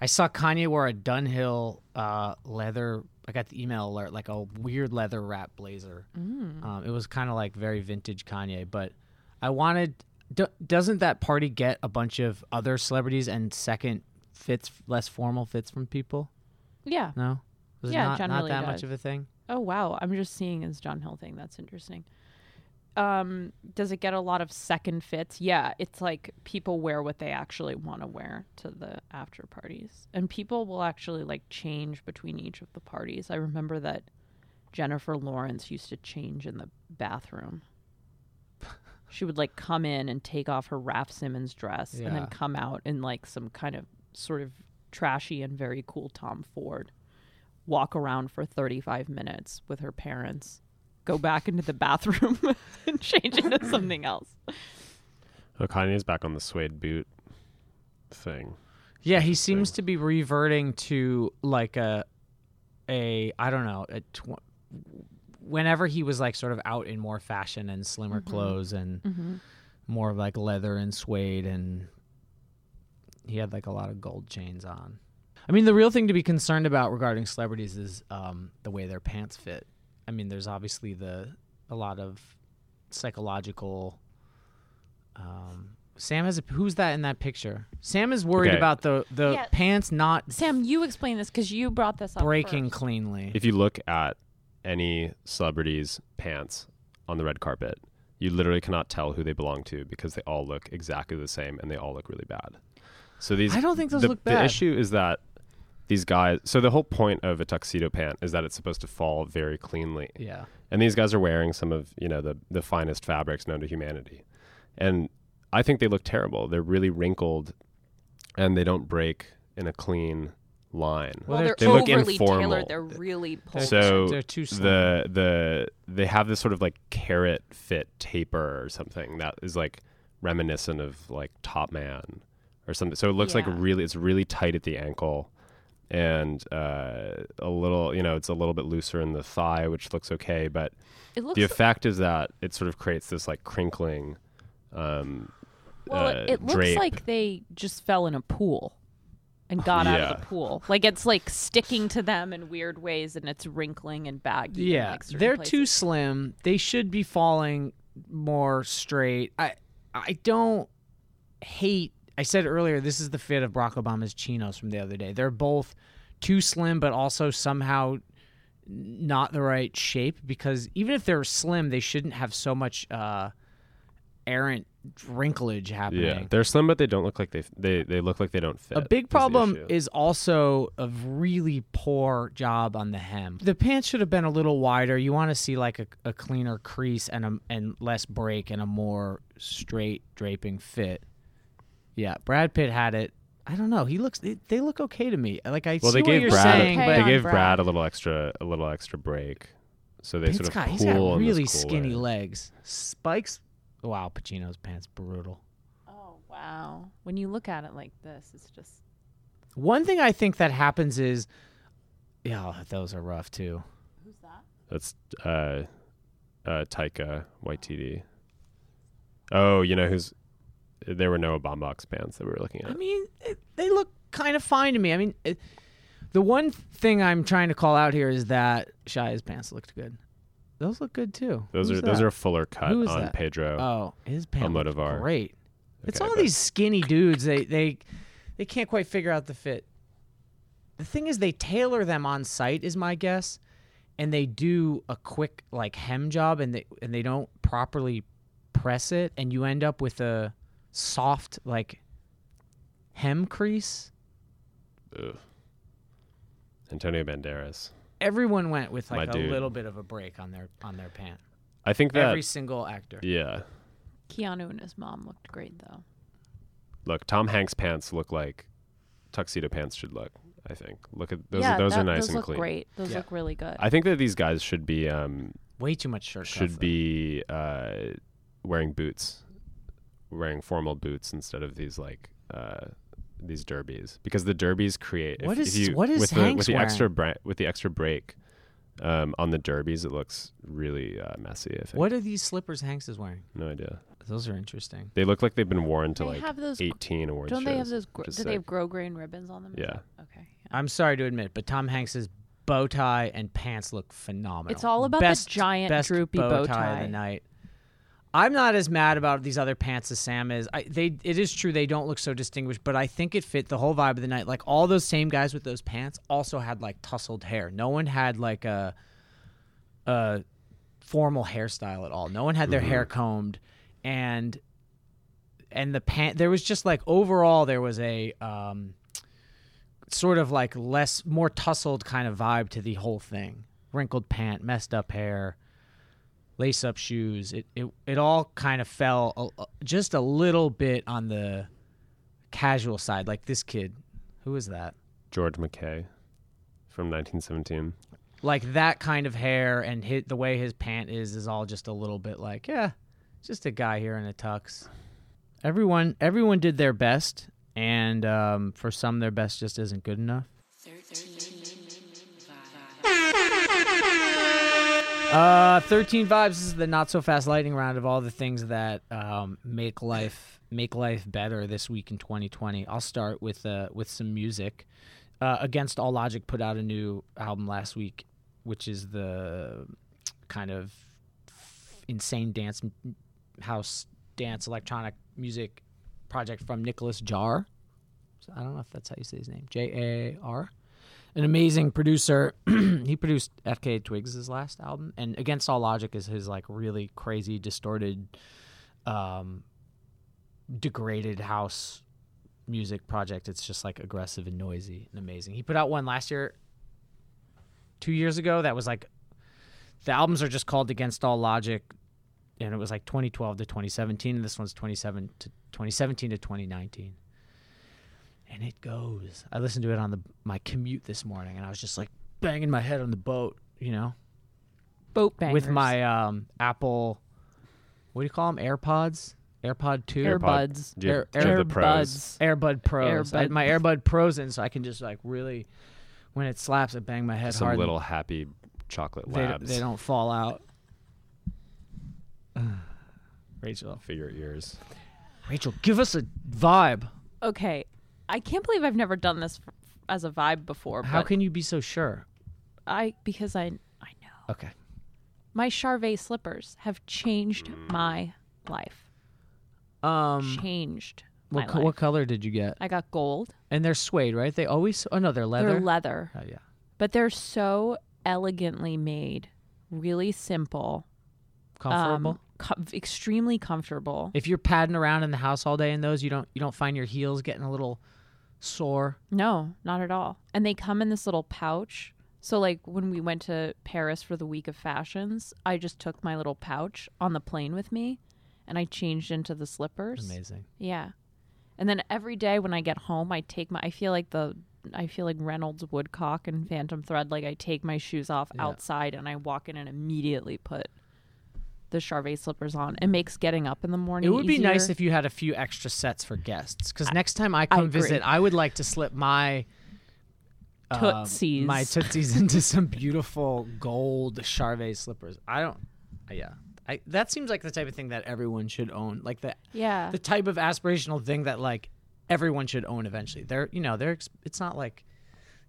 Speaker 2: I saw Kanye wear a Dunhill uh, leather. I got the email alert, like a weird leather wrap blazer.
Speaker 1: Mm.
Speaker 2: Um, it was kind of like very vintage Kanye, but I wanted. Do, doesn't that party get a bunch of other celebrities and second fits, less formal fits from people?
Speaker 1: Yeah.
Speaker 2: No, was
Speaker 1: Yeah,
Speaker 2: it not, not
Speaker 1: generally
Speaker 2: that much
Speaker 1: does.
Speaker 2: of a thing.
Speaker 1: Oh wow. I'm just seeing his John Hill thing. That's interesting. Um, does it get a lot of second fits? Yeah, it's like people wear what they actually want to wear to the after parties, and people will actually like change between each of the parties. I remember that Jennifer Lawrence used to change in the bathroom. she would like come in and take off her Raph Simmons dress, and
Speaker 2: Yeah.
Speaker 1: then come out in like some kind of sort of trashy and very cool Tom Ford walk around for 35 minutes with her parents, go back into the bathroom and change into something else.
Speaker 3: Oh, Kanye's back on the suede boot thing.
Speaker 2: Yeah, he seems to be reverting to like a a I don't know, a tw- whenever he was like sort of out in more fashion and slimmer clothes and
Speaker 1: Mm-hmm.
Speaker 2: more of like leather and suede and he had like a lot of gold chains on. I mean, the real thing to be concerned about regarding celebrities is um, the way their pants fit. I mean, there's obviously the a lot of psychological. Um, Sam has a, who's that in that picture? Sam is worried
Speaker 3: Okay.
Speaker 2: about the the
Speaker 1: Yeah.
Speaker 2: pants not
Speaker 1: Sam, you explain this because you brought this up.
Speaker 2: breaking
Speaker 1: first.
Speaker 2: cleanly.
Speaker 3: If you look at any celebrity's pants on the red carpet, you literally cannot tell who they belong to because they all look exactly the same and they all look really bad. So these
Speaker 2: I don't think those
Speaker 3: the,
Speaker 2: look
Speaker 3: the
Speaker 2: bad.
Speaker 3: issue is that these guys so the whole point of a tuxedo pant is that it's supposed to fall very cleanly.
Speaker 2: yeah,
Speaker 3: and these guys are wearing some of you know the the finest fabrics known to humanity and i think they look terrible they're really wrinkled and they don't break in a clean line
Speaker 1: Well,
Speaker 2: Well,
Speaker 1: they're,
Speaker 2: they're
Speaker 3: too- They look
Speaker 1: overly
Speaker 3: informal.
Speaker 1: tailored. They're really pulled.
Speaker 3: so
Speaker 2: they're too slim.
Speaker 3: the the they have this sort of like carrot fit taper or something that is like reminiscent of like top man or something so it looks like
Speaker 1: Yeah.
Speaker 3: really it's really tight at the ankle and uh, a little you know it's a little bit looser in the thigh which looks okay but
Speaker 1: it looks
Speaker 3: the effect is that it sort of creates this like crinkling um
Speaker 1: well. it,
Speaker 3: uh,
Speaker 1: it looks
Speaker 3: drape.
Speaker 1: like they just fell in a pool and got out of
Speaker 3: Yeah.
Speaker 1: the pool. Like it's like sticking to them in weird ways, and it's wrinkling and baggy. in,
Speaker 2: yeah,
Speaker 1: like, certain
Speaker 2: they're
Speaker 1: places.
Speaker 2: too slim. They should be falling more straight. I I don't hate. I said earlier this is the fit of Barack Obama's chinos from the other day. They're both too slim, but also somehow not the right shape because even if they're slim, they shouldn't have so much uh, errant wrinklage happening.
Speaker 3: yeah they're slim but they don't look like they f- they they look like they don't fit
Speaker 2: A
Speaker 3: is
Speaker 2: big
Speaker 3: the
Speaker 2: problem
Speaker 3: issue.
Speaker 2: is also a really poor job on the hem. The pants should have been a little wider. You want to see like a, a cleaner crease and a, and less break and a more straight draping fit. Yeah, Brad Pitt had it. I don't know. He looks. They, they look okay to me. Like I
Speaker 3: well
Speaker 2: see
Speaker 3: they
Speaker 2: what
Speaker 3: gave
Speaker 2: you're
Speaker 3: brad
Speaker 2: saying,
Speaker 1: Okay
Speaker 2: but
Speaker 3: they
Speaker 1: on
Speaker 3: gave
Speaker 1: Brad.
Speaker 3: brad. a little extra a little extra break so they
Speaker 2: Pitt's
Speaker 3: sort of
Speaker 2: got,
Speaker 3: cool
Speaker 2: he's got
Speaker 3: in this
Speaker 2: really
Speaker 3: cool
Speaker 2: skinny
Speaker 3: way.
Speaker 2: legs. Spikes. Wow, Pacino's pants brutal.
Speaker 1: Oh wow! When you look at it like this, it's just
Speaker 2: One thing I think that happens is, yeah, those are rough too.
Speaker 1: who's that?
Speaker 3: that's uh uh taika waititi oh you know who's there were no Bombbox bands that we were looking
Speaker 2: I
Speaker 3: at.
Speaker 2: mean, it, they look kind of fine to me. I mean, it, the one thing I'm trying to call out here is that Shia's pants looked good. Those look good too.
Speaker 3: Those
Speaker 2: Who's
Speaker 3: are those
Speaker 2: that?
Speaker 3: are a fuller cut
Speaker 2: Who is
Speaker 3: on
Speaker 2: that?
Speaker 3: Pedro.
Speaker 2: Oh, his pants looked
Speaker 3: Almodovar.
Speaker 2: great. it's
Speaker 3: Okay,
Speaker 2: all
Speaker 3: but-
Speaker 2: these skinny dudes. They they they can't quite figure out the fit. The thing is, they tailor them on site, is my guess, and they do a quick like hem job, and they and they don't properly press it, and you end up with a soft like hem crease.
Speaker 3: Ugh. Antonio Banderas.
Speaker 2: Everyone went with
Speaker 3: My
Speaker 2: like a
Speaker 3: dude.
Speaker 2: little bit of a break on their on their pant.
Speaker 3: I think that
Speaker 2: Every single actor.
Speaker 3: yeah.
Speaker 1: Keanu and his mom looked great though.
Speaker 3: Look, Tom Hanks pants look like tuxedo pants should look. I think. Look at those.
Speaker 1: yeah,
Speaker 3: those
Speaker 1: that-
Speaker 3: are nice
Speaker 1: those
Speaker 3: and
Speaker 1: look
Speaker 3: clean.
Speaker 1: great. Those
Speaker 2: Yeah.
Speaker 1: look really good.
Speaker 3: I think that these guys should be um,
Speaker 2: Way too much shirt. cuff,
Speaker 3: should
Speaker 2: though.
Speaker 3: be uh, wearing boots, wearing formal boots instead of these like uh, these derbies because the derbies create.
Speaker 2: What
Speaker 3: if,
Speaker 2: is-
Speaker 3: if you,
Speaker 2: what is
Speaker 3: with the,
Speaker 2: Hanks
Speaker 3: with the
Speaker 2: wearing?
Speaker 3: extra bra- with the extra break um, on the derbies? It looks really uh, messy. I think.
Speaker 2: What are these slippers Hanks is wearing?
Speaker 3: No idea.
Speaker 2: Those are interesting.
Speaker 3: They look like they've been worn to
Speaker 1: They
Speaker 3: like
Speaker 1: have those gr-
Speaker 3: eighteen awards.
Speaker 1: Don't they have
Speaker 3: shows,
Speaker 1: those? Gr-
Speaker 3: which
Speaker 1: do
Speaker 3: is
Speaker 1: they
Speaker 3: sick.
Speaker 1: have grow grain ribbons on them? Is
Speaker 3: Yeah.
Speaker 1: that- Okay. yeah.
Speaker 2: I'm sorry to admit, but Tom Hanks's bow tie and pants look phenomenal.
Speaker 1: It's all about the
Speaker 2: best,
Speaker 1: giant
Speaker 2: best
Speaker 1: droopy bow
Speaker 2: of the
Speaker 1: tie.
Speaker 2: night. I'm not as mad about these other pants as Sam is. I, they, it is true they don't look so distinguished, but I think it fit the whole vibe of the night. Like all those same guys with those pants also had like tousled hair. No one had like a, a formal hairstyle at all. No one had their hair combed, and and the pant. There was just like overall there was a um, sort of like less, more tousled kind of vibe to the whole thing. Wrinkled pant, messed up hair, lace up shoes. It it it all kind of fell a, a- just a little bit on the casual side. Like this kid, who is that?
Speaker 3: George McKay from 1917.
Speaker 2: Like that kind of hair and hit the way his pant is is all just a little bit like yeah, just a guy here in a tux. Everyone everyone did their best, and um, for some their best just isn't good enough.
Speaker 4: 13 vibes.
Speaker 2: Uh, 13 vibes This is the not so fast lightning round of all the things that um, make life make life better this week in 2020. I'll start with uh, with some music. Uh, Against All Logic put out a new album last week, which is the kind of insane dance house dance electronic music project from Nicholas Jar. So I don't know if that's how you say his name. J A R an amazing producer. he produced FKA Twigs' last album, and Against All Logic is his like really crazy, distorted, um, degraded house music project. It's just like aggressive and noisy and amazing. He put out one last year, two years ago. That was like the albums are just called Against All Logic, and it was like 2012 to 2017. And this one's 27 to 2017 to 2019 and it goes. I listened to it on the my commute this morning, and I was just like banging my head on the boat, you know,
Speaker 1: Boat bangers.
Speaker 2: with my um, Apple. What do you call them? AirPods, AirPod Two,
Speaker 1: Airbuds.
Speaker 3: Do you have,
Speaker 2: Air-
Speaker 3: do you have the
Speaker 1: Airbuds.
Speaker 3: pros?
Speaker 2: AirBud Pros. I had
Speaker 1: Airbud.
Speaker 2: my AirBud Pros in, so I can just like really, when it slaps, I bang my head
Speaker 3: Some
Speaker 2: hard. and
Speaker 3: little happy chocolate
Speaker 2: they,
Speaker 3: labs
Speaker 2: they don't fall out. Rachel,
Speaker 3: for your ears.
Speaker 2: Rachel, give us a vibe.
Speaker 1: Okay. I can't believe I've never done this f- as a vibe before.
Speaker 2: How
Speaker 1: but
Speaker 2: can you be so sure?
Speaker 1: I? Because I I know
Speaker 2: Okay.
Speaker 1: my Charvet slippers have changed my life.
Speaker 2: Um,
Speaker 1: Changed my
Speaker 2: what, co-
Speaker 1: life.
Speaker 2: what color did you get?
Speaker 1: I got gold.
Speaker 2: And they're suede, right? They always. Oh no, they're leather.
Speaker 1: They're leather.
Speaker 2: Oh yeah.
Speaker 1: but they're so elegantly made, really simple,
Speaker 2: Comfortable.
Speaker 1: um, com- extremely comfortable.
Speaker 2: if you're padding around in the house all day in those, you don't you don't find your heels getting a little sore.
Speaker 1: No, not at all. And they come in this little pouch. So like when we went to Paris for the week of fashions, I just took my little pouch on the plane with me and I changed into the slippers.
Speaker 2: Amazing.
Speaker 1: Yeah. And then every day when I get home, I take my I feel like the I feel like Reynolds Woodcock and Phantom Thread like I take my shoes off outside and I walk in and immediately put the Charvet slippers on. It makes getting up in the morning
Speaker 2: It would be nice
Speaker 1: easier.
Speaker 2: if you had a few extra sets for guests, because next time I come
Speaker 1: agree.
Speaker 2: visit, I would like to slip my um,
Speaker 1: Tootsies.
Speaker 2: my tootsies into some beautiful gold Charvet slippers. I don't. uh, Yeah, I, that seems like the type of thing that everyone should own. Like the
Speaker 1: Yeah.
Speaker 2: the type of aspirational thing that like everyone should own eventually. They're you know they're ex- it's not like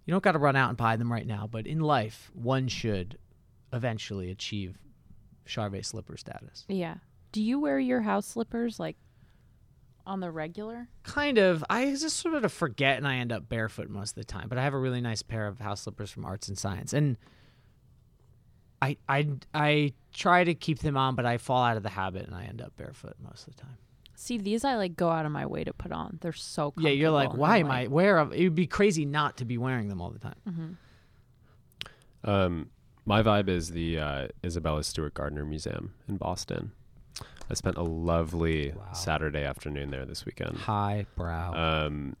Speaker 2: you don't got to run out and buy them right now, but in life one should eventually achieve Charvet slipper status.
Speaker 1: Yeah. Do you wear your house slippers like on the regular?
Speaker 2: Kind of. I just sort of forget and I end up barefoot most of the time, but I have a really nice pair of house slippers from Arts and Science and. I, I, I try to keep them on, but I fall out of the habit and I end up barefoot most of the time.
Speaker 1: See, these I like go out of my way to put on. They're so
Speaker 2: Yeah, you're like,
Speaker 1: comfortable.
Speaker 2: why
Speaker 1: I'm
Speaker 2: am I where? It would be crazy not to be wearing them all the time.
Speaker 3: Um, my vibe is the uh, Isabella Stewart Gardner Museum in Boston. I spent a lovely Saturday afternoon there this
Speaker 2: Mm-hmm.
Speaker 3: weekend.
Speaker 2: High brow.
Speaker 3: Um,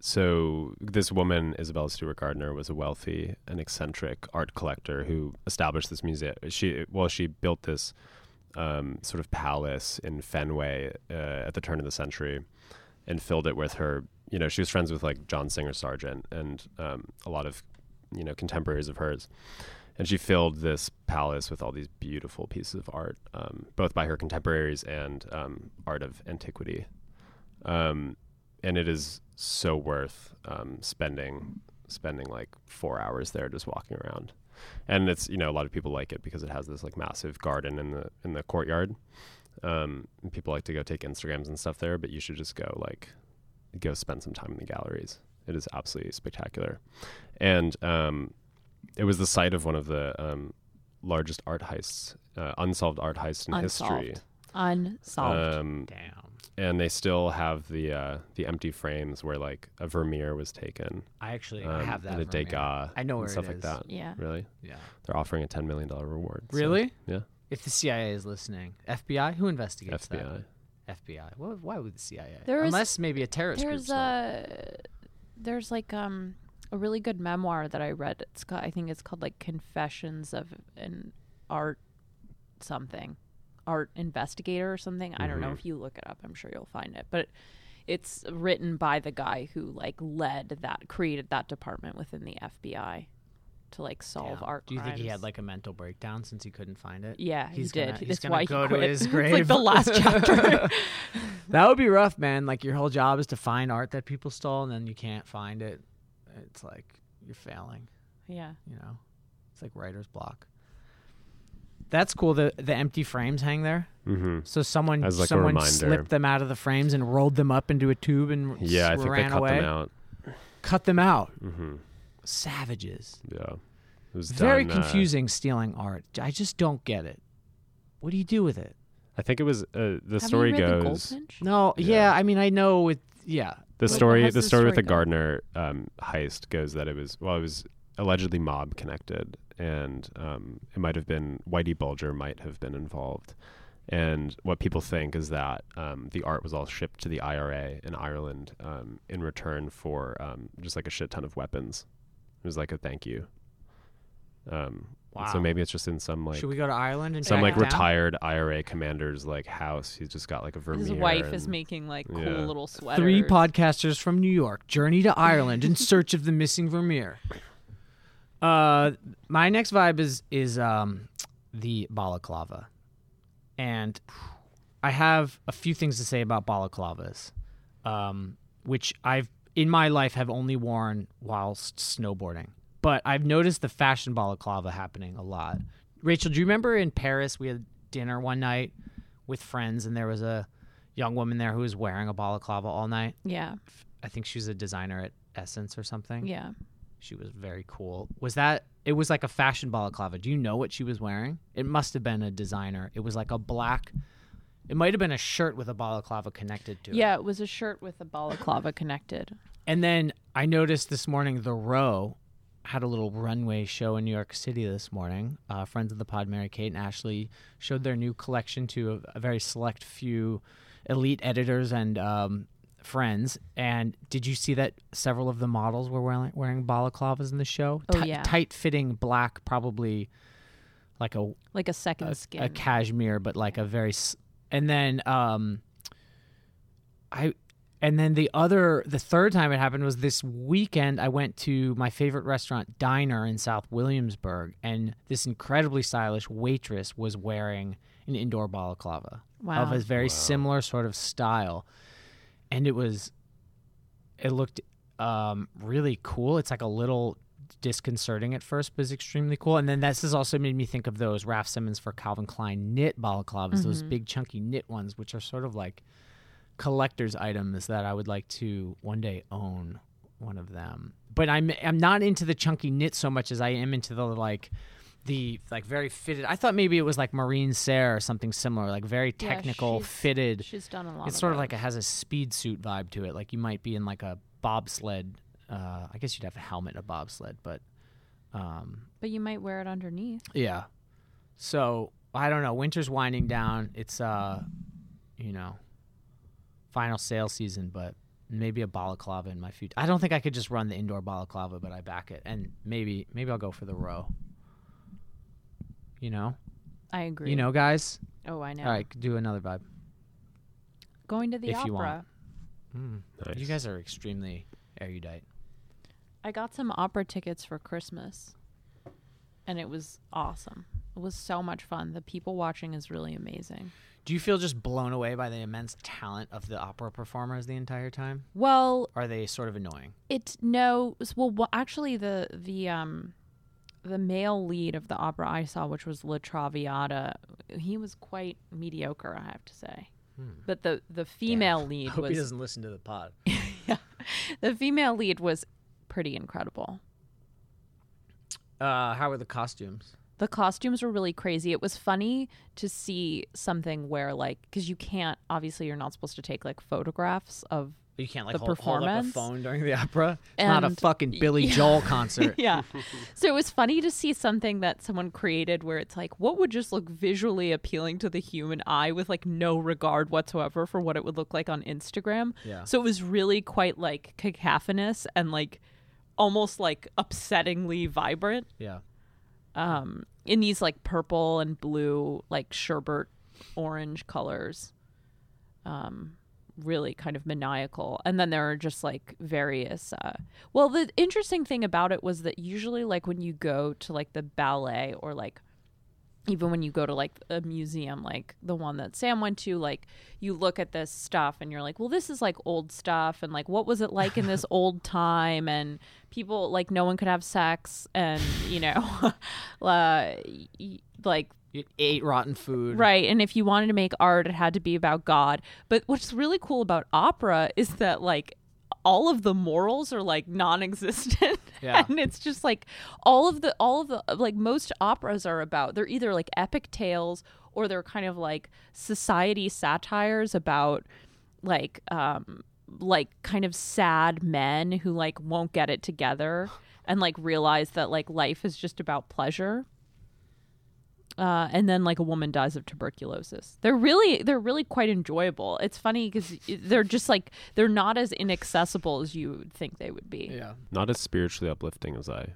Speaker 3: so this woman, Isabella Stewart Gardner, was a wealthy and eccentric art collector who established this museum. She well, she built this um, sort of palace in Fenway uh, at the turn of the century, and filled it with her. You know, she was friends with like John Singer Sargent and um, a lot of you know contemporaries of hers. And she filled this palace with all these beautiful pieces of art, um, both by her contemporaries and um, art of antiquity. Um, and it is so worth um, spending spending like four hours there just walking around and it's you know a lot of people like it because it has this like massive garden in the in the courtyard um, and people like to go take instagrams and stuff there but you should just go like go spend some time in the galleries it is absolutely spectacular and um, it was the site of one of the um, largest art heists uh, unsolved art heists in history
Speaker 1: Unsolved.
Speaker 2: Uh,
Speaker 1: Unsolved.
Speaker 3: um,
Speaker 2: Damn.
Speaker 3: and they still have the uh, the empty frames where like a Vermeer was taken
Speaker 2: I actually
Speaker 3: um,
Speaker 2: I have that.
Speaker 3: and a
Speaker 2: for me.
Speaker 3: Degas.
Speaker 2: I know
Speaker 3: and
Speaker 2: where it
Speaker 3: stuff like
Speaker 2: is.
Speaker 3: that.
Speaker 1: yeah.
Speaker 3: Really,
Speaker 2: Yeah.
Speaker 3: they're offering a ten million dollar reward. so-
Speaker 2: Really?
Speaker 3: yeah.
Speaker 2: If the CIA is listening, FBI, who investigates
Speaker 3: FBI.
Speaker 2: that? FBI. Wha- why would the CIA?
Speaker 1: There was-
Speaker 2: Unless maybe a terrorist group.
Speaker 1: There's a there's like um a really good memoir that I read. It's ca- I think it's called like Confessions of an Art something, art investigator or something. I don't know
Speaker 2: Mm-hmm.
Speaker 1: if you look it up. I'm sure you'll find it, but it's written by the guy who like led that created that department within the FBI to like solve art.
Speaker 2: Do you think he had
Speaker 1: crimes.
Speaker 2: like a mental breakdown since he couldn't find it?
Speaker 1: Yeah,
Speaker 2: He's
Speaker 1: he did.
Speaker 2: gonna- he's
Speaker 1: That's why
Speaker 2: gonna
Speaker 1: he
Speaker 2: go to
Speaker 1: quit.
Speaker 2: his
Speaker 1: it's like the
Speaker 2: grave.
Speaker 1: last chapter.
Speaker 2: That would be rough, man. Like your whole job is to find art that people stole, and then you can't find it. It's like you're failing.
Speaker 1: yeah.
Speaker 2: You know, it's like writer's block. That's cool. The the empty frames hang there.
Speaker 3: Mm-hmm.
Speaker 2: So someone
Speaker 3: As, like, a
Speaker 2: someone
Speaker 3: reminder.
Speaker 2: slipped them out of the frames and rolled them up into a tube and
Speaker 3: Yeah, I
Speaker 2: s-
Speaker 3: think they
Speaker 2: ran
Speaker 3: cut
Speaker 2: away.
Speaker 3: them out.
Speaker 2: Cut them out.
Speaker 3: Mm-hmm.
Speaker 2: Savages.
Speaker 3: Yeah, it was
Speaker 2: Very
Speaker 3: done, uh,
Speaker 2: confusing stealing art. I just don't get it. What do you do with it?
Speaker 3: I think it was uh, the
Speaker 1: Have
Speaker 3: story
Speaker 1: you read The
Speaker 3: goes.
Speaker 1: Goldfinch?
Speaker 2: No, yeah,
Speaker 3: Yeah.
Speaker 2: I mean I know with yeah.
Speaker 3: The
Speaker 1: Wait,
Speaker 3: story,
Speaker 1: how's
Speaker 3: the
Speaker 1: the
Speaker 3: story with
Speaker 1: story
Speaker 3: the
Speaker 1: go?
Speaker 3: Gardner um, heist goes that it was well, it was allegedly mob connected, and um, it might have been Whitey Bulger might have been involved. And what people think is that um, the art was all shipped to the IRA in Ireland um, in return for um, just like a shit ton of weapons. It was like a thank you. Um,
Speaker 2: Wow.
Speaker 3: So maybe it's just in some like
Speaker 2: Should we go to Ireland and
Speaker 3: some
Speaker 2: track
Speaker 3: like
Speaker 2: it down?
Speaker 3: retired IRA commander's like house. He's just got like a Vermeer.
Speaker 1: His wife is
Speaker 3: and-
Speaker 1: making like cool
Speaker 3: yeah.
Speaker 1: little sweaters.
Speaker 2: Three podcasters from New York journey to Ireland in search of the missing Vermeer. Uh, my next vibe is is um, the balaclava, and I have a few things to say about balaclavas, um, which I've in my life have only worn whilst snowboarding. But I've noticed the fashion balaclava happening a lot. Rachel, do you remember in Paris we had dinner one night with friends, and there was a young woman there who was wearing a balaclava all night.
Speaker 1: Yeah,
Speaker 2: I think she was a designer at Essence or something.
Speaker 1: yeah.
Speaker 2: She was very cool. Was that it was like a fashion balaclava. Do you know what she was wearing? It must have been a designer. It was like a black it might have been a shirt with a balaclava connected to it.
Speaker 1: Yeah, it was a shirt with a balaclava connected.
Speaker 2: And then I noticed this morning the row had a little runway show in New York City this morning. Uh, friends of the pod, Mary Kate and Ashley, showed their new collection to a, a very select few elite editors and um, friends. And did you see that several of the models were wearing, wearing balaclavas in the show?
Speaker 1: Oh, yeah.
Speaker 2: Tight fitting black, probably like a
Speaker 1: Like a second
Speaker 2: a,
Speaker 1: skin.
Speaker 2: a cashmere, but like a very. s- And then um, I And then the other, the third time it happened was this weekend. I went to my favorite restaurant, Diner, in South Williamsburg, and this incredibly stylish waitress was wearing an indoor balaclava
Speaker 1: Wow.
Speaker 2: of a very similar sort of style, and it was, it looked um, really cool. It's like a little disconcerting at first, but it's extremely cool. And then this has also made me think of those Raf Simmons for Calvin Klein knit balaclavas, those big chunky knit ones, which are sort of like collector's items that I would like to one day own one of them. But I'm I'm not into the chunky knit so much as I am into the like the like very fitted. I thought maybe it was like Marine Serre or something similar, like very
Speaker 1: Yeah,
Speaker 2: technical
Speaker 1: she's-
Speaker 2: fitted.
Speaker 1: She's done a lot.
Speaker 2: It's sort of
Speaker 1: those.
Speaker 2: like it has a speed suit vibe to it. Like you might be in like a bobsled. Uh, I guess you'd have a helmet, a bobsled, but um,
Speaker 1: but you might wear it underneath.
Speaker 2: yeah. So I don't know. Winter's winding down. It's uh, you know, final sale season, but maybe a balaclava in my future. I don't think I could just run the indoor balaclava, but I back it, and maybe maybe I'll go for the row. You know,
Speaker 1: I agree.
Speaker 2: you know, guys.
Speaker 1: Oh, I know.
Speaker 2: All right, do another vibe.
Speaker 1: Going to the
Speaker 2: if
Speaker 1: opera.
Speaker 2: you want. Mm.
Speaker 3: Nice.
Speaker 2: You guys are extremely erudite.
Speaker 1: I got some opera tickets for Christmas, and it was awesome. It was so much fun. The people watching is really amazing.
Speaker 2: Do you feel just blown away by the immense talent of the opera performers the entire time?
Speaker 1: Well,
Speaker 2: Are they sort of annoying?
Speaker 1: it no. s- Well, wha- actually, the the um the male lead of the opera I saw, which was La Traviata, he was quite mediocre, I have to say. But the the female lead
Speaker 2: Hmm. Hope he
Speaker 1: was
Speaker 2: doesn't listen to the pod.
Speaker 1: the female lead was pretty incredible.
Speaker 2: Uh, how are the costumes?
Speaker 1: the costumes were really crazy. It was funny to see something where like because you can't obviously you're not supposed to take like photographs of
Speaker 2: You can't like
Speaker 1: the
Speaker 2: hold, hold up a
Speaker 1: performance.
Speaker 2: phone during the opera. It's not a
Speaker 1: And-
Speaker 2: fucking Billy Joel concert.
Speaker 1: yeah. so it was funny to see something that someone created where it's like what would just look visually appealing to the human eye with like no regard whatsoever for what it would look like on Instagram.
Speaker 2: Yeah.
Speaker 1: So it was really quite like cacophonous and like almost like upsettingly vibrant.
Speaker 2: Yeah.
Speaker 1: um, in these like purple and blue, like sherbet orange colors. Um, really kind of maniacal. And then there are just like various. Uh, well, the interesting thing about it was that usually, like, when you go to like the ballet or like even when you go to like a museum like the one that Sam went to like you look at this stuff and you're like well this is like old stuff and like what was it like in this old time and people like no one could have sex and you know uh, y- y- like
Speaker 2: You ate rotten food.
Speaker 1: Right. And if you wanted to make art, it had to be about God. But what's really cool about opera is that, like, all of the morals are like non-existent
Speaker 2: Yeah.
Speaker 1: and it's just like all of the all of the like most operas are about they're either like epic tales or they're kind of like society satires about like um like kind of sad men who like won't get it together and like realize that like life is just about pleasure uh, and then like a woman dies of tuberculosis. They're really they're really quite enjoyable. It's funny because they're just like they're not as inaccessible as you would think they would be.
Speaker 2: Yeah.
Speaker 3: Not as spiritually uplifting as I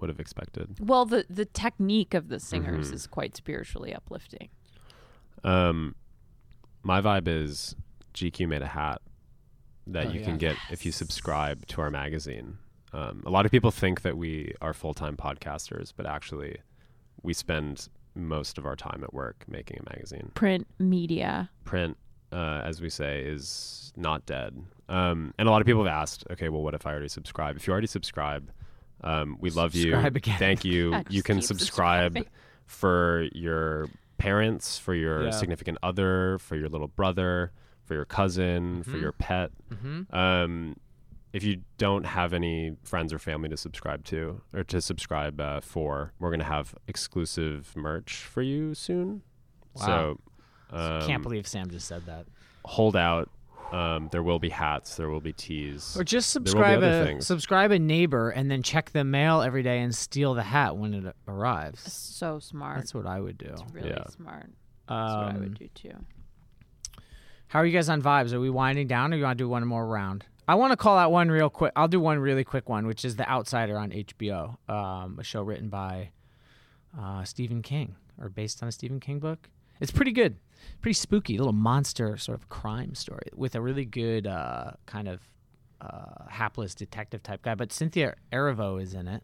Speaker 3: would have expected.
Speaker 1: Well, the the technique of the singers
Speaker 2: Mm-hmm.
Speaker 1: is quite spiritually uplifting.
Speaker 3: Um, my vibe is GQ made a hat that
Speaker 2: Oh,
Speaker 3: you
Speaker 2: yeah.
Speaker 3: can get if you subscribe to our magazine. Um, a lot of people think that we are full time podcasters, but actually, we spend most of our time at work making a magazine.
Speaker 1: Print media.
Speaker 3: print, uh, as we say, is not dead. Um, and a lot of people have asked, okay, well, what if I already subscribe? If you already subscribe, um, we love
Speaker 2: Subscribe
Speaker 3: you.
Speaker 2: again.
Speaker 3: Thank you.
Speaker 1: Yeah, just
Speaker 3: you can
Speaker 1: keep
Speaker 3: subscribe
Speaker 1: subscribing.
Speaker 3: for your parents, for your
Speaker 2: Yeah.
Speaker 3: significant other, for your little brother, for your cousin, for
Speaker 2: Mhm.
Speaker 3: your pet.
Speaker 2: Mm-hmm.
Speaker 3: Um, if you don't have any friends or family to subscribe to or to subscribe uh, for, we're going to have exclusive merch for you soon.
Speaker 2: Wow.
Speaker 3: So, um,
Speaker 2: Can't believe Sam just said that.
Speaker 3: hold out. Um, there will be hats. There will be teas.
Speaker 2: Or just
Speaker 3: will be
Speaker 2: subscribe
Speaker 3: other
Speaker 2: a
Speaker 3: things.
Speaker 2: subscribe a neighbor and then check the mail every day and steal the hat when it arrives.
Speaker 1: So smart.
Speaker 2: That's what I would do.
Speaker 1: really
Speaker 3: Yeah.
Speaker 1: smart. That's what I
Speaker 2: Um,
Speaker 1: would do too.
Speaker 2: how are you guys on vibes? Are we winding down or you want to do one more round? I want to call out one real quick. I'll do one really quick one, which is The Outsider on HBO, um, a show written by uh, Stephen King or based on a Stephen King book. It's pretty good, pretty spooky, little monster sort of crime story with a really good uh, kind of uh, hapless detective type guy. But Cynthia Erivo is in it,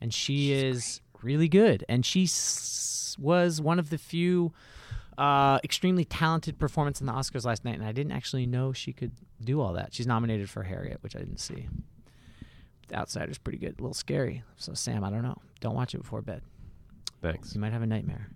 Speaker 2: and she is really good. And she s- was one of the few uh, extremely talented performance in the Oscars last night. And I didn't actually know she could do all that. She's nominated for Harriet, which I didn't see. The Outsider's pretty good, a little scary. So Sam, I don't know. Don't watch it before bed.
Speaker 3: Thanks.
Speaker 2: You might have a nightmare.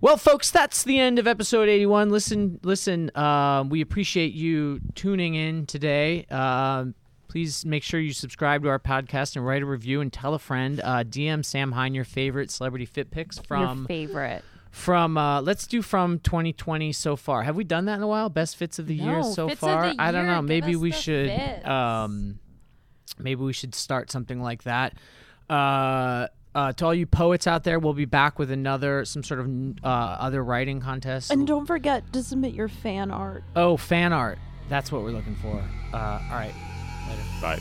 Speaker 2: Well, folks, that's the end of episode 81. Listen, listen, uh, we appreciate you tuning in today. Um please make sure you subscribe to our podcast and write a review and tell a friend. Uh, DM Sam Hine your favorite celebrity fit pics
Speaker 1: Your
Speaker 2: from
Speaker 1: favorite.
Speaker 2: from uh, let's do from 2020 so far. Have we done that in a while? Best fits of the year
Speaker 1: No,
Speaker 2: so
Speaker 1: fits of
Speaker 2: far.
Speaker 1: the
Speaker 2: I don't
Speaker 1: year.
Speaker 2: know.
Speaker 1: Give
Speaker 2: Maybe
Speaker 1: us
Speaker 2: we
Speaker 1: the
Speaker 2: should.
Speaker 1: fits.
Speaker 2: Um, maybe we should start something like that. Uh, uh, to all you poets out there, we'll be back with another some sort of uh, other writing contest.
Speaker 1: And don't forget to submit your fan art.
Speaker 2: oh, fan art. That's what we're looking for. Uh, all right.
Speaker 3: Bye.